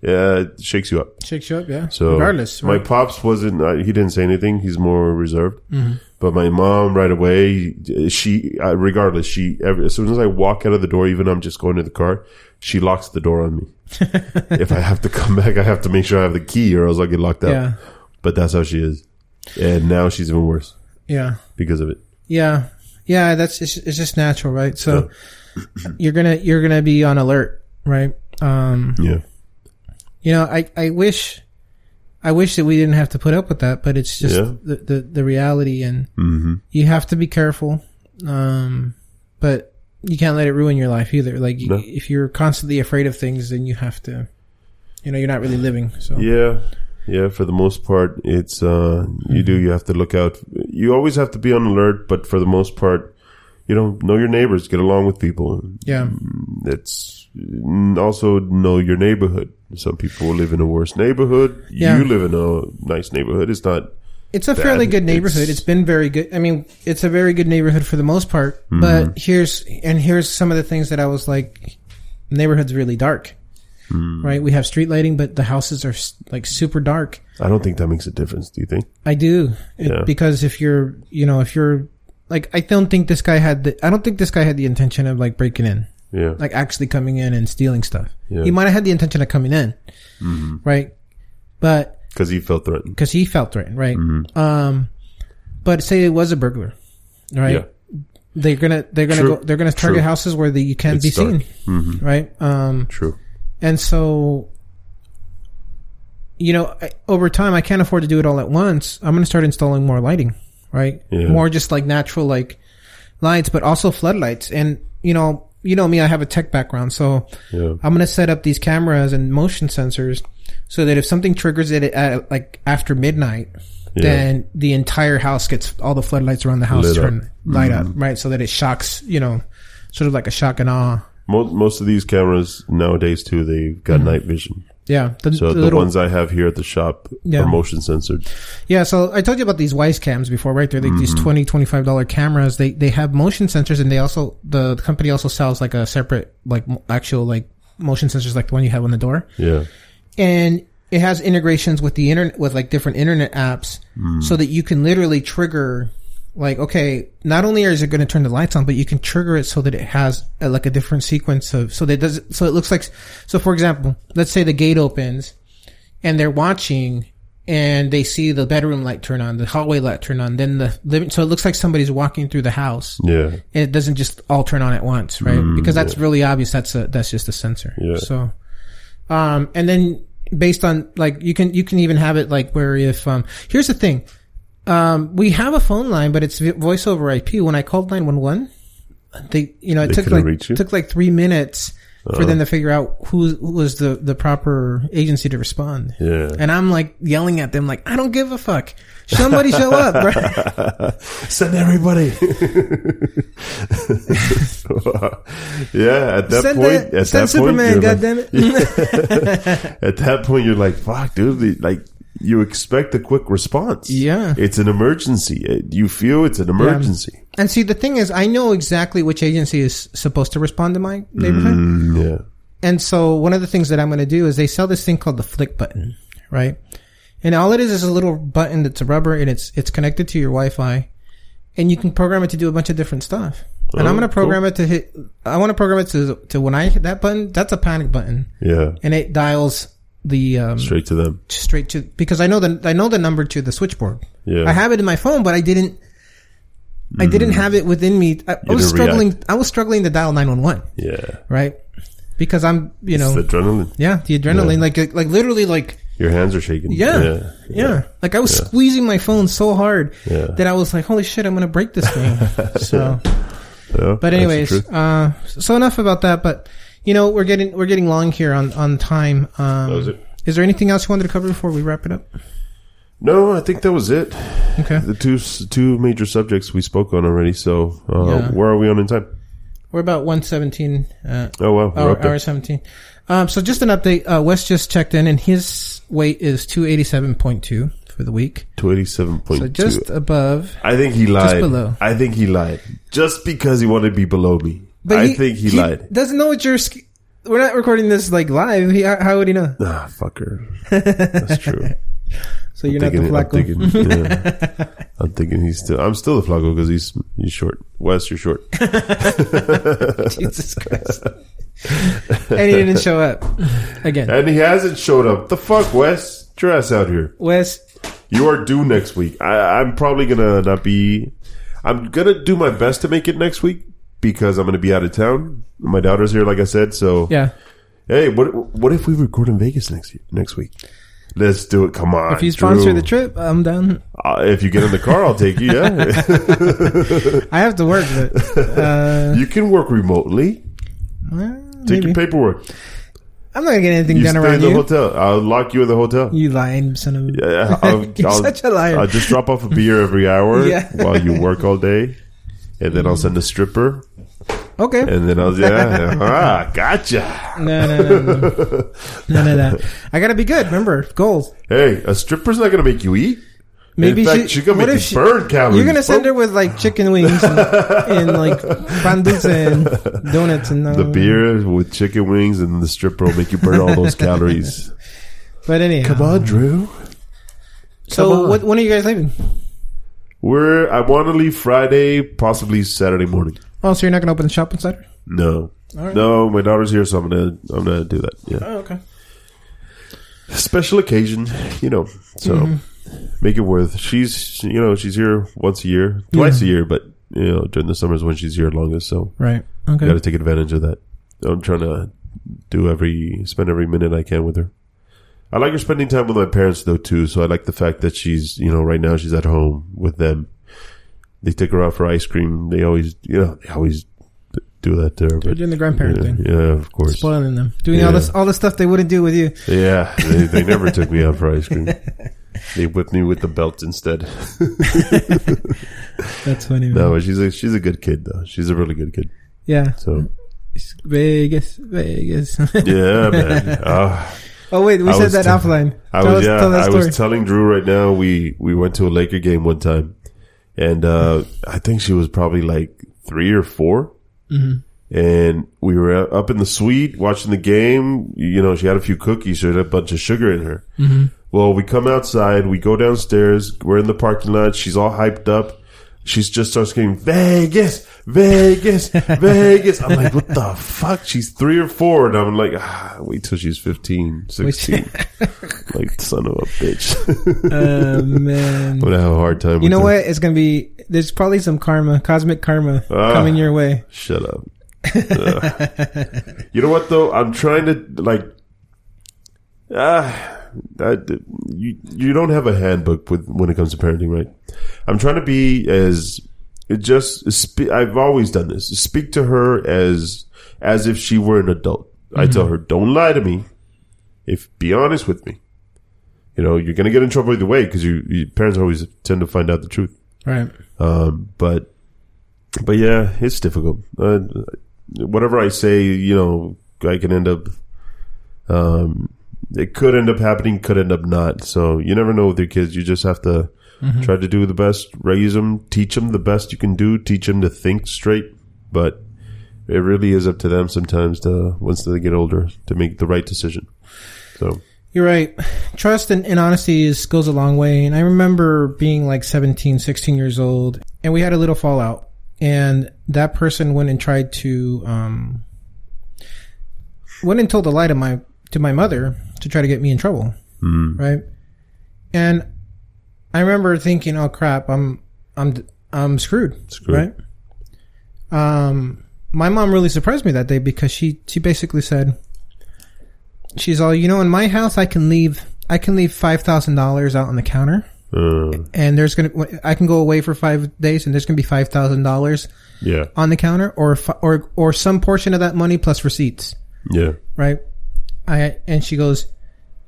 yeah it shakes you up Shakes you up. Yeah. so regardless, my pops wasn't. Uh, he didn't say anything. He's more reserved. But my mom, right away, she uh, regardless, she ever, as soon as I walk out of the door, even I'm just going to the car, she locks the door on me. if I have to come back, I have to make sure I have the key, or else I'll get locked out. Yeah. But that's how she is, and now she's even worse Yeah. because of it. Yeah. Yeah, that's it's, it's just natural, right? So you're going to you're going to be on alert, right? Um, Yeah, you know, I I wish I wish that we didn't have to put up with that, but it's just Yeah. the, the the reality and hmm you have to be careful. Um, but you can't let it ruin your life either. Like No. if you're constantly afraid of things, then you have to you know, you're not really living. So yeah, yeah. For the most part, it's uh, you do. You have to look out. You always have to be on alert, but for the most part. You know, know your neighbors, get along with people. yeah. it's also know your neighborhood. Some people live in a worse neighborhood. Yeah. You live in a nice neighborhood. It's not. It's a fairly good neighborhood. It's- it's been very good. I mean, it's a very good neighborhood for the most part. Mm-hmm. But here's and here's some of the things that I was like, neighborhood's really dark, Mm. right? We have street lighting, but the houses are s- like super dark. I don't think that makes a difference. Do you think? I do It- Yeah. because if you're, you know, if you're like, I don't think this guy had the, I don't think this guy had the intention of like breaking in, Yeah. like actually coming in and stealing stuff. Yeah. Mm-hmm. He might have had the intention of coming in, right? But Because he felt threatened. because he felt threatened, right? Mm-hmm. Um, but say it was a burglar, right? Yeah. They're gonna they're gonna True. go they're gonna target True. houses where the, you can't It's be dark. Mm-hmm. seen, right? Um, True. and so you know I, over time I can't afford to do it all at once. I'm gonna start installing more lighting, right? Yeah. More just like natural like lights, but also floodlights. And you know, you know me, I have a tech background, so Yeah. I'm gonna set up these cameras and motion sensors so that if something triggers it at like after midnight, Yeah. then the entire house gets all the floodlights around the house Lit up. Mm-hmm. turn light up, right? So that it shocks, you know, sort of like a shock and awe. Most, most of these cameras nowadays too, they've got night vision. Yeah, the, So Mm. the the, little, ones I have here at the shop Yeah. are motion censored. yeah. So I told you about these Wise cams before, right? They're like these 20 25 dollar cameras. They they have motion sensors, and they also the, the company also sells like a separate like mo- actual like motion sensors, like the one you have on the door. Yeah. and it has integrations with the internet with like different internet apps so that you can literally trigger like okay not only is it going to turn the lights on but you can trigger it so that it has a, like a different sequence of so that it does so it looks like so for example let's say the gate opens and they're watching and they see the bedroom light turn on the hallway light turn on then the living so it looks like somebody's walking through the house Yeah. and it doesn't just all turn on at once, right? because that's really obvious. That's a that's just a sensor. Mm, Yeah. So, um, and then based on like you can you can even have it like where if um here's the thing, um, we have a phone line, but it's vi- voice over IP. When I called nine one one, they you know it They took couldn't like reach you? Uh. took like three minutes for them to figure out who, who was the the proper agency to respond. Yeah. And I'm like yelling at them like I don't give a fuck. Somebody show up, bro. Send everybody. yeah. At that Send point, the, at send that Superman, point, you're like- goddammit. at that point, you're like, fuck, dude, the- like, you expect a quick response. Yeah. It's an emergency. It- You feel it's an emergency. And see, the thing is, I know exactly which agency is supposed to respond to my neighborhood. Mm, yeah. And so one of the things that I'm going to do is they sell this thing called the flick button, right? And all it is is a little button that's rubber and it's, it's connected to your Wi-Fi and you can program it to do a bunch of different stuff. and Oh, I'm going to program cool. it to hit, I want to program it to, to when I hit that button, that's a panic button Yeah. and it dials the, um, straight, Straight to them. to, because I know the, I know the number to the switchboard. Yeah. Mm. I have it in my phone, but I didn't. I didn't have it within me. I, I You was didn't react. struggling. I was struggling to dial nine one one, yeah. right? Because I'm, you know, It's adrenaline. yeah, the adrenaline, like, like, like literally, like, Your hands are shaking. yeah, yeah, Yeah. like I was squeezing my phone so hard Yeah. that I was like, holy shit, I'm gonna break this thing. so, Yeah, that's but the anyways, truth. uh, so enough about that. But you know, we're getting we're getting long here on on time. Um, was it. Is there anything else you wanted to cover before we wrap it up? no, I think that was it. Okay, The two s- two major subjects we spoke on already. So, uh, Yeah. where are we on in time? we're about one seventeen. Uh, Oh wow, we're up hour, there. hour 17. Um, so just an update. Uh, Wes just checked in and his weight is 287.2 for the week. to eighty seven point So two. just above. I think he lied. below. I think he lied just because he wanted to be below me. I think he, lied. Doesn't know what you're, sk- we're not recording this like live. He, how, how would he know? Ah, fucker. That's true. So you're not the Thinking- I'm Flacco. thinking, yeah. I'm thinking he's still. I'm still the Flaco because he's he's short. Wes, you're short. Jesus Christ. and he didn't show up again. And he hasn't showed up. The fuck, Wes? Get Your ass out here. Wes, You are due next week. I, I'm probably gonna not be. I'm gonna do my best to make it next week because I'm gonna be out of town. My daughter's here, like I said. So yeah. hey, what what if we record in Vegas next year, next week? Let's do it. Come on. If you sponsor Drew. the trip, I'm down. Uh, if you get in the car, I'll take you. Yeah, I have to work, but uh, you can work remotely. well, Take maybe. your paperwork. I'm not gonna get anything You done stay in around the you. hotel. I'll lock you in the hotel. You lying son of a. Yeah, I'll, You're I'll- such a liar. I'll just drop off a beer every hour Yeah. while you work all day, and then I'll send a stripper, Okay. and then I'll yeah, ah, gotcha. No, no, no, no. none of that. I gotta be good. Remember goals. Hey, a stripper's not gonna make you eat. Maybe in fact, she- she's gonna what make if you she- burn calories. You're gonna send her bro. with like chicken wings and, and like pandus and donuts and uh, the beer with chicken wings, and the stripper will make you burn all those calories. But anyhow, Come on, Drew. come so on. what, when are you guys leaving? We're I want to leave Friday, possibly Saturday morning. Oh, so you're not gonna open the shop on Saturday? No, All right. no, my daughter's here, so I'm gonna I'm gonna do that. Yeah. Oh, okay. special occasion, you know. So Mm-hmm. make it worth. She's you know she's here once a year, twice a year, but you know during the summers when she's here longest. So Right. Okay. got to take advantage of that. I'm trying to do every spend every minute I can with her. I like her spending time with my parents though too. So I like the fact that she's you know right now she's at home with them. They took her out for ice cream. They always, you know, they always do that to her. They're But, doing the grandparent yeah, thing. yeah, of course. Spoiling them. Doing all Yeah. this all the stuff they wouldn't do with you. Yeah, they, they never took me out for ice cream. They whipped me with the belt instead. That's funny. man. No, but she's a she's a good kid though. She's a really good kid. Yeah. So It's Vegas, Vegas. yeah, man. Ah. oh wait, we I said was that tell- offline. I tell was us, yeah. tell that I story. was telling Drew right now. We we went to a Laker game one time, and uh, I think she was probably like three or 4 And we were up in the suite watching the game. You know, she had a few cookies. She had a bunch of sugar in her. Mm-hmm. Well, we come outside. We go downstairs. We're in the parking lot. She's all hyped up. She just starts screaming, Vegas, Vegas, Vegas. I'm like, what the fuck? She's three or four. And I'm like, ah, wait till she's 15, 16. like, son of a bitch. Oh, man. I'm going to have a hard time You with know what? her. It's gonna be. There's probably some karma, cosmic karma, Ah. coming your way. Shut up. Ugh. you know what though? I'm trying to like. Ah, that, you you don't have a handbook with when it comes to parenting, right? I'm trying to be as it just. Spe- I've always done this. Speak to her as as if she were an adult. I tell her, don't lie to me. If be honest with me, you know you're gonna get in trouble either way because you, you parents always tend to find out the truth. Right. Um, but but yeah, it's difficult. Uh, whatever I say, you know, I can end up. Um, it could end up happening, could end up not. So you never know with your kids. You just have to Mm-hmm. try to do the best, raise them, teach them the best you can do, teach them to think straight. But it really is up to them sometimes to once they get older to make the right decision. So You're right. Trust and, and honesty is, goes a long way. And I remember being like 17, 16 years old, and we had a little fallout. And that person went and tried to, um, went and told a lie to my, to my mother to try to get me in trouble. Right. And I remember thinking, oh crap, I'm, I'm, I'm screwed. Screwed. Right. Um, my mom really surprised me that day because she, she basically said, she's all, you know, in my house, I can leave, I can leave five thousand dollars out on the counter, uh, and there's gonna, I can go away for five days, and there's gonna be five thousand dollars yeah, on the counter, or fi- or or some portion of that money plus receipts, yeah, right? I and she goes,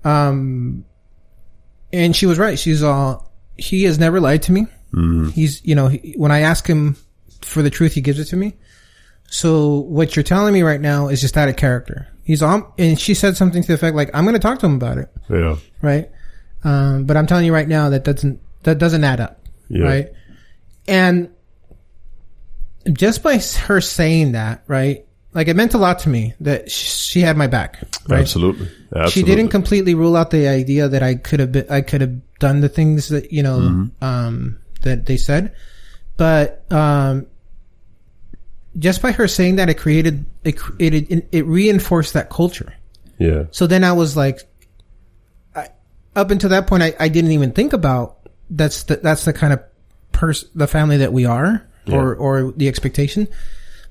um, and she was right. She's all, he has never lied to me. He's, you know, he, when I ask him for the truth, he gives it to me. So what you're telling me right now is just out of character. He's on, and she said something to the effect like, "I'm going to talk to him about it." yeah, right? Um, but I'm telling you right now that doesn't that doesn't add up, yeah, right? And just by s- her saying that, right? Like it meant a lot to me that sh- she had my back. Right? Absolutely. Absolutely. She didn't completely rule out the idea that I could have been, I could have done the things that you know Mm-hmm. um, that they said, but um, just by her saying that, it created it created it reinforced that culture. yeah, So then I was like, I, up until that point, I, I didn't even think about that's the, that's the kind of person, the family that we are or, or the expectation.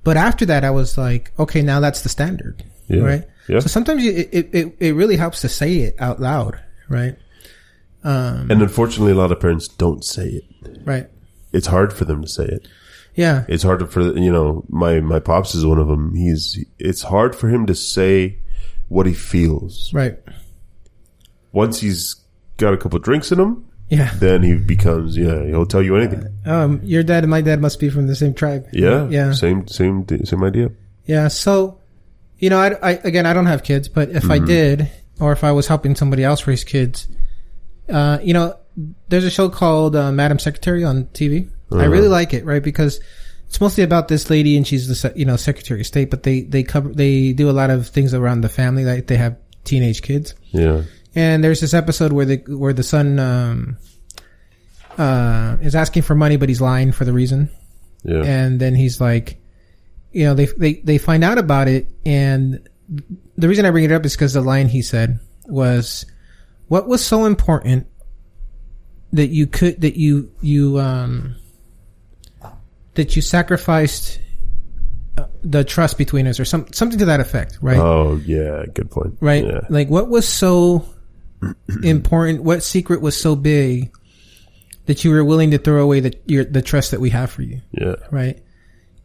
But after that, I was like, okay, now that's the standard. yeah, Right. Yeah. So sometimes you- it, it, it, it really helps to say it out loud. Right. And unfortunately, a lot of parents don't say it. Right. It's hard for them to say it. Yeah. It's hard for you know my my pops is one of them. He's it's hard for him to say what he feels Right. once he's got a couple drinks in him. Yeah. Then he becomes yeah. He'll tell you anything. Um, your dad and my dad must be from the same tribe. Yeah. Yeah. Same same thi- same idea. Yeah. So, you know, I, I again, I don't have kids, but if I did, or if I was helping somebody else raise kids, uh, you know, there's a show called uh, Madam Secretary on TV. I really like it, right? Because it's mostly about this lady, and she's the se- you know Secretary of State, but they they cover they do a lot of things around the family, like they have teenage kids. Yeah. And there's this episode where the where the son um, uh, is asking for money, but he's lying for the reason Yeah. and then he's like, you know, they they they find out about it, and the reason I bring it up is because the line he said was, "What was so important that you could that you you um that you sacrificed uh, the trust between us or some something to that effect, right? oh yeah. Good point. right? Yeah. Like what was so important? What secret was so big that you were willing to throw away the your, the trust that we have for you, Yeah. right?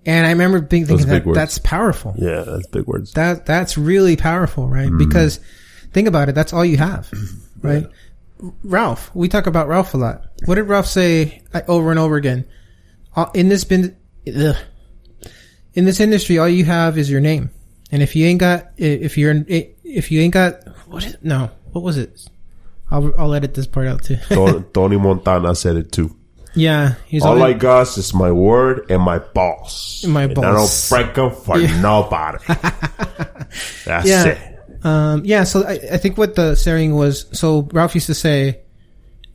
And I remember being, Those thinking big that words. that's powerful. Yeah. Mm-hmm. That's big words. That that's really powerful, right? Because think about it, that's all you have, right? Ralph, we talk about Ralph a lot. What did Ralph say like, over and over again? Uh, In this bin, ugh. in this industry, all you have is your name, and if you ain't got, i- if you're, in- i- if you ain't got, what is no, what was it? I'll I'll edit this part out too. Ton- Tony Montana said it too. yeah, he's All always- I got is my word and my boss. My and balls. I don't break 'em for nobody. That's Yeah. it. Um, yeah, so I, I think what the saying was, so Ralph used to say,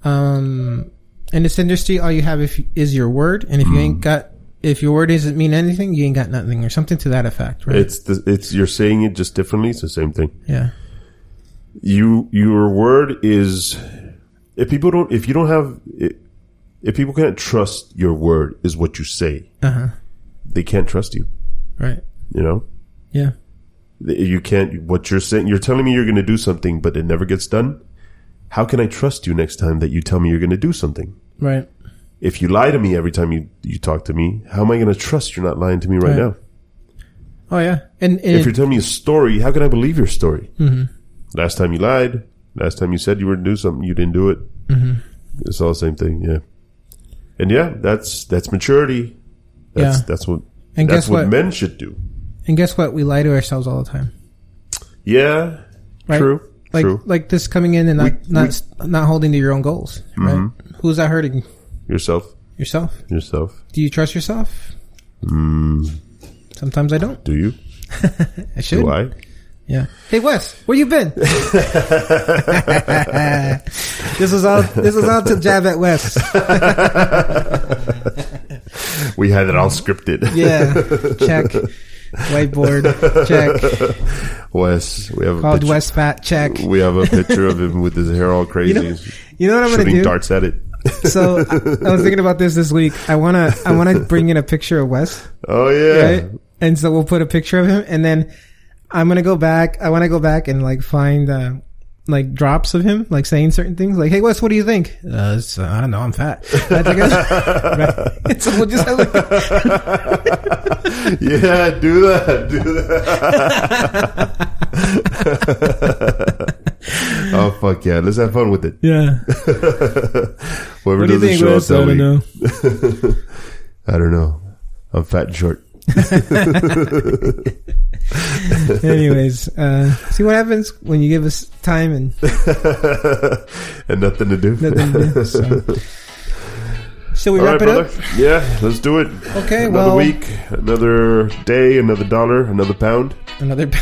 um, in this industry, all you have if, is your word, and if you Mm. ain't got, if your word doesn't mean anything, you ain't got nothing, or something to that effect, right? It's the, it's you're saying it just differently. It's the same thing. yeah. you your word is if people don't if you don't have i- if people can't trust your word is what you say Uh huh. they can't trust you Right. you know Yeah. Th- you can't what you're saying you're telling me you're going to do something but it never gets done how can i trust you next time that you tell me you're going to do something Right. if you lie to me every time you you talk to me how am i going to trust you're not lying to me Right. right, now Oh yeah. And, and if you're telling me a story how can i believe your story Mm-hmm. last time you lied last time you said you were going to do something you didn't do it Mm-hmm. it's all the same thing yeah and yeah that's that's maturity that's Yeah. that's what And that's guess what, what? men should do and guess what? We lie to ourselves all the time. yeah Right. true Like true like this coming in and not We- Mm-hmm. not we- s- not holding to your own goals. Right. Who's that hurting? yourself Yourself. yourself Mm, Do you trust yourself? Sometimes I don't. do you I should. do i Yeah. Hey Wes, where you been? this was all this was all to jab at Wes. we had it all scripted Yeah. Check. Whiteboard. Check. wes we have a Called picture, Wes fat. Check. we have a picture of him with his hair all crazy know You know what I'm gonna shooting do? darts at it So I, I was thinking about this this week. I wanna I wanna bring in a picture of Wes, oh yeah right? And so we'll put a picture of him, and then I'm gonna go back. I wanna go back and like find. Uh, like drops of him, like saying certain things, like "Hey Wes, what do you think?" Uh, it's, uh, I don't know, I'm fat. I think I- right? So we'll just have like Yeah, do that. Do that. oh fuck yeah! Let's have fun with it. Yeah. Whoever What do you doesn't think, show up Wes? that I week, don't know. I don't know. I'm fat and short. Anyways, uh, see what happens when you give us time and and nothing to do. nothing. to do, so. Shall we All wrap right, it brother. Yeah, let's do it. up? Okay. Another well, week, another day, another dollar, another pound, another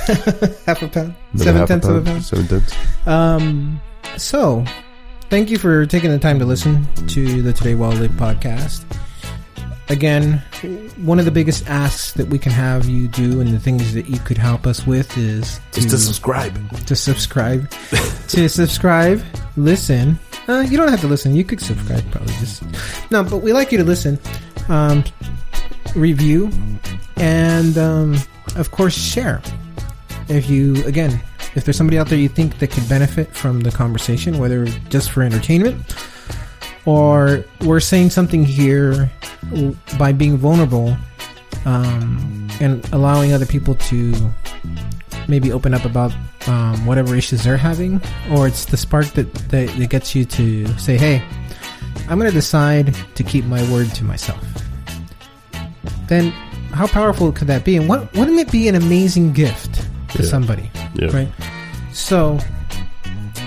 half a pound, another seven half a tenths of a pound, pound. seven tenths. Um. So, thank you for taking the time to listen to the Today Well Live podcast. Again, one of the biggest asks that we can have you do, and the things that you could help us with, is to Hmm. subscribe. to subscribe. to subscribe, listen. Uh, you don't have to listen. You could subscribe, probably just no. But we like you to listen, um, review, and um, of course share. If you again, if there's somebody out there you think that could benefit from the conversation, whether just for entertainment or we're saying something here w- by being vulnerable um, and allowing other people to maybe open up about um, whatever issues they're having, or it's the spark that, that, that gets you to say, hey, I'm going to decide to keep my word to myself. Then, how powerful could that be? And what, wouldn't it be an amazing gift to Yeah. somebody? Yeah. Right. So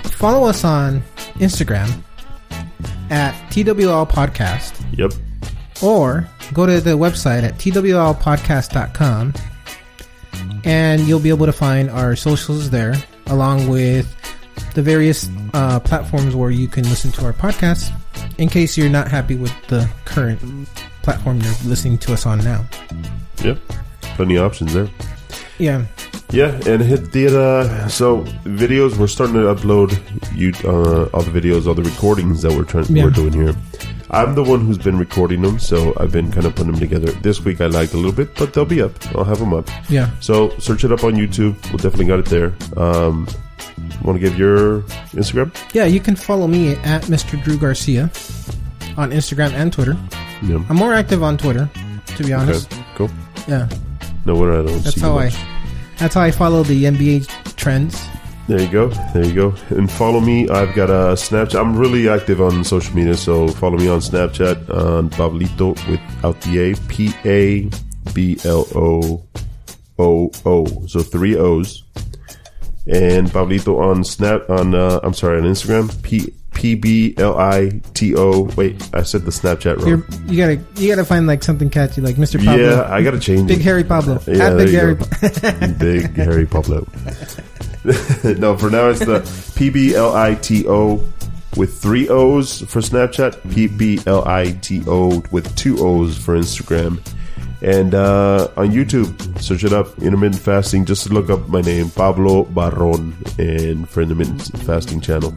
follow us on Instagram at TWL Podcast Yep. or go to the website at twlpodcast.com and you'll be able to find our socials there along with the various uh, platforms where you can listen to our podcast in case you're not happy with the current platform you're listening to us on now. Yep. Plenty of options there. Yeah. Yeah, and hit the uh, so videos. We're starting to upload you uh, all the videos, all the recordings that we're trying Yeah. we're doing here. I'm the one who's been recording them, so I've been kind of putting them together. This week I lagged a little bit, but they'll be up. I'll have them up. Yeah. So search it up on YouTube. We'll definitely got it there. Um, Want to give your Instagram? Yeah, you can follow me at Mr. Drew Garcia on Instagram and Twitter. Yeah. I'm more active on Twitter, to be honest. Okay. Cool. Yeah, No wonder I don't that's see how much. I. That's how I follow the NBA trends. There you go. There you go. And follow me. I've got a Snapchat. I'm really active on social media, so follow me on Snapchat on Pablito without the A. P A B L O O O. So three O's. And Pablito on Snap on uh, I'm sorry on Instagram. P P B L I T O. Wait, I said the Snapchat wrong. You're, you gotta you gotta find like something catchy like Mr. Pablo, yeah, I gotta change Big it. Harry Pablo, Yeah, At there Big you Harry. go. Pa- Big Harry Pablo. no, for now it's the P B L I T O with three O's for Snapchat, P B L I T O with two O's for Instagram, and uh, on YouTube, search it up intermittent fasting. Just look up my name, Pablo Barron, and for intermittent fasting channel.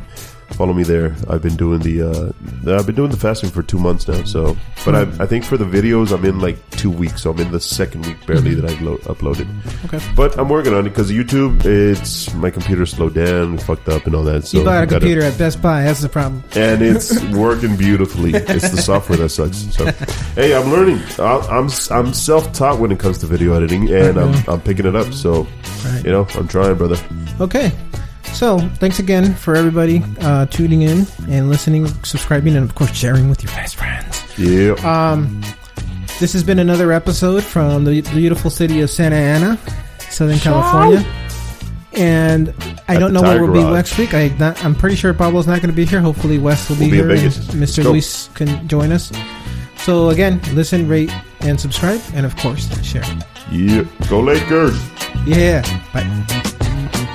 Follow me there. I've been doing the uh, I've been doing the fasting for two months now. So, but I, I think for the videos, I'm in like two weeks. So I'm in the second week barely that I've lo- uploaded. Mm-hmm. okay. But I'm working on it because YouTube, it's my computer slowed down, fucked up, and all that. So you bought a I gotta- computer at Best Buy. That's the problem. and it's working beautifully. It's the software that sucks. So, hey, I'm learning. I, I'm I'm self taught when it comes to video editing, and I'm, I'm picking it up. So, Right. you know, I'm trying, brother. Okay. So, thanks again for everybody uh, tuning in and listening, subscribing, and of course sharing with your best friends. Yeah, Um, this has been another episode from the beautiful city of Santa Ana, Southern California. And I At don't know the where Tire we'll be Garage. next week. I not, I'm pretty sure Pablo's not going to be here. Hopefully, Wes will be We'll be in here. and Vegas. Mr. Go. Luis can join us. So again, listen, rate, and subscribe, and of course, share. yeah. Go Lakers. Yeah. Bye.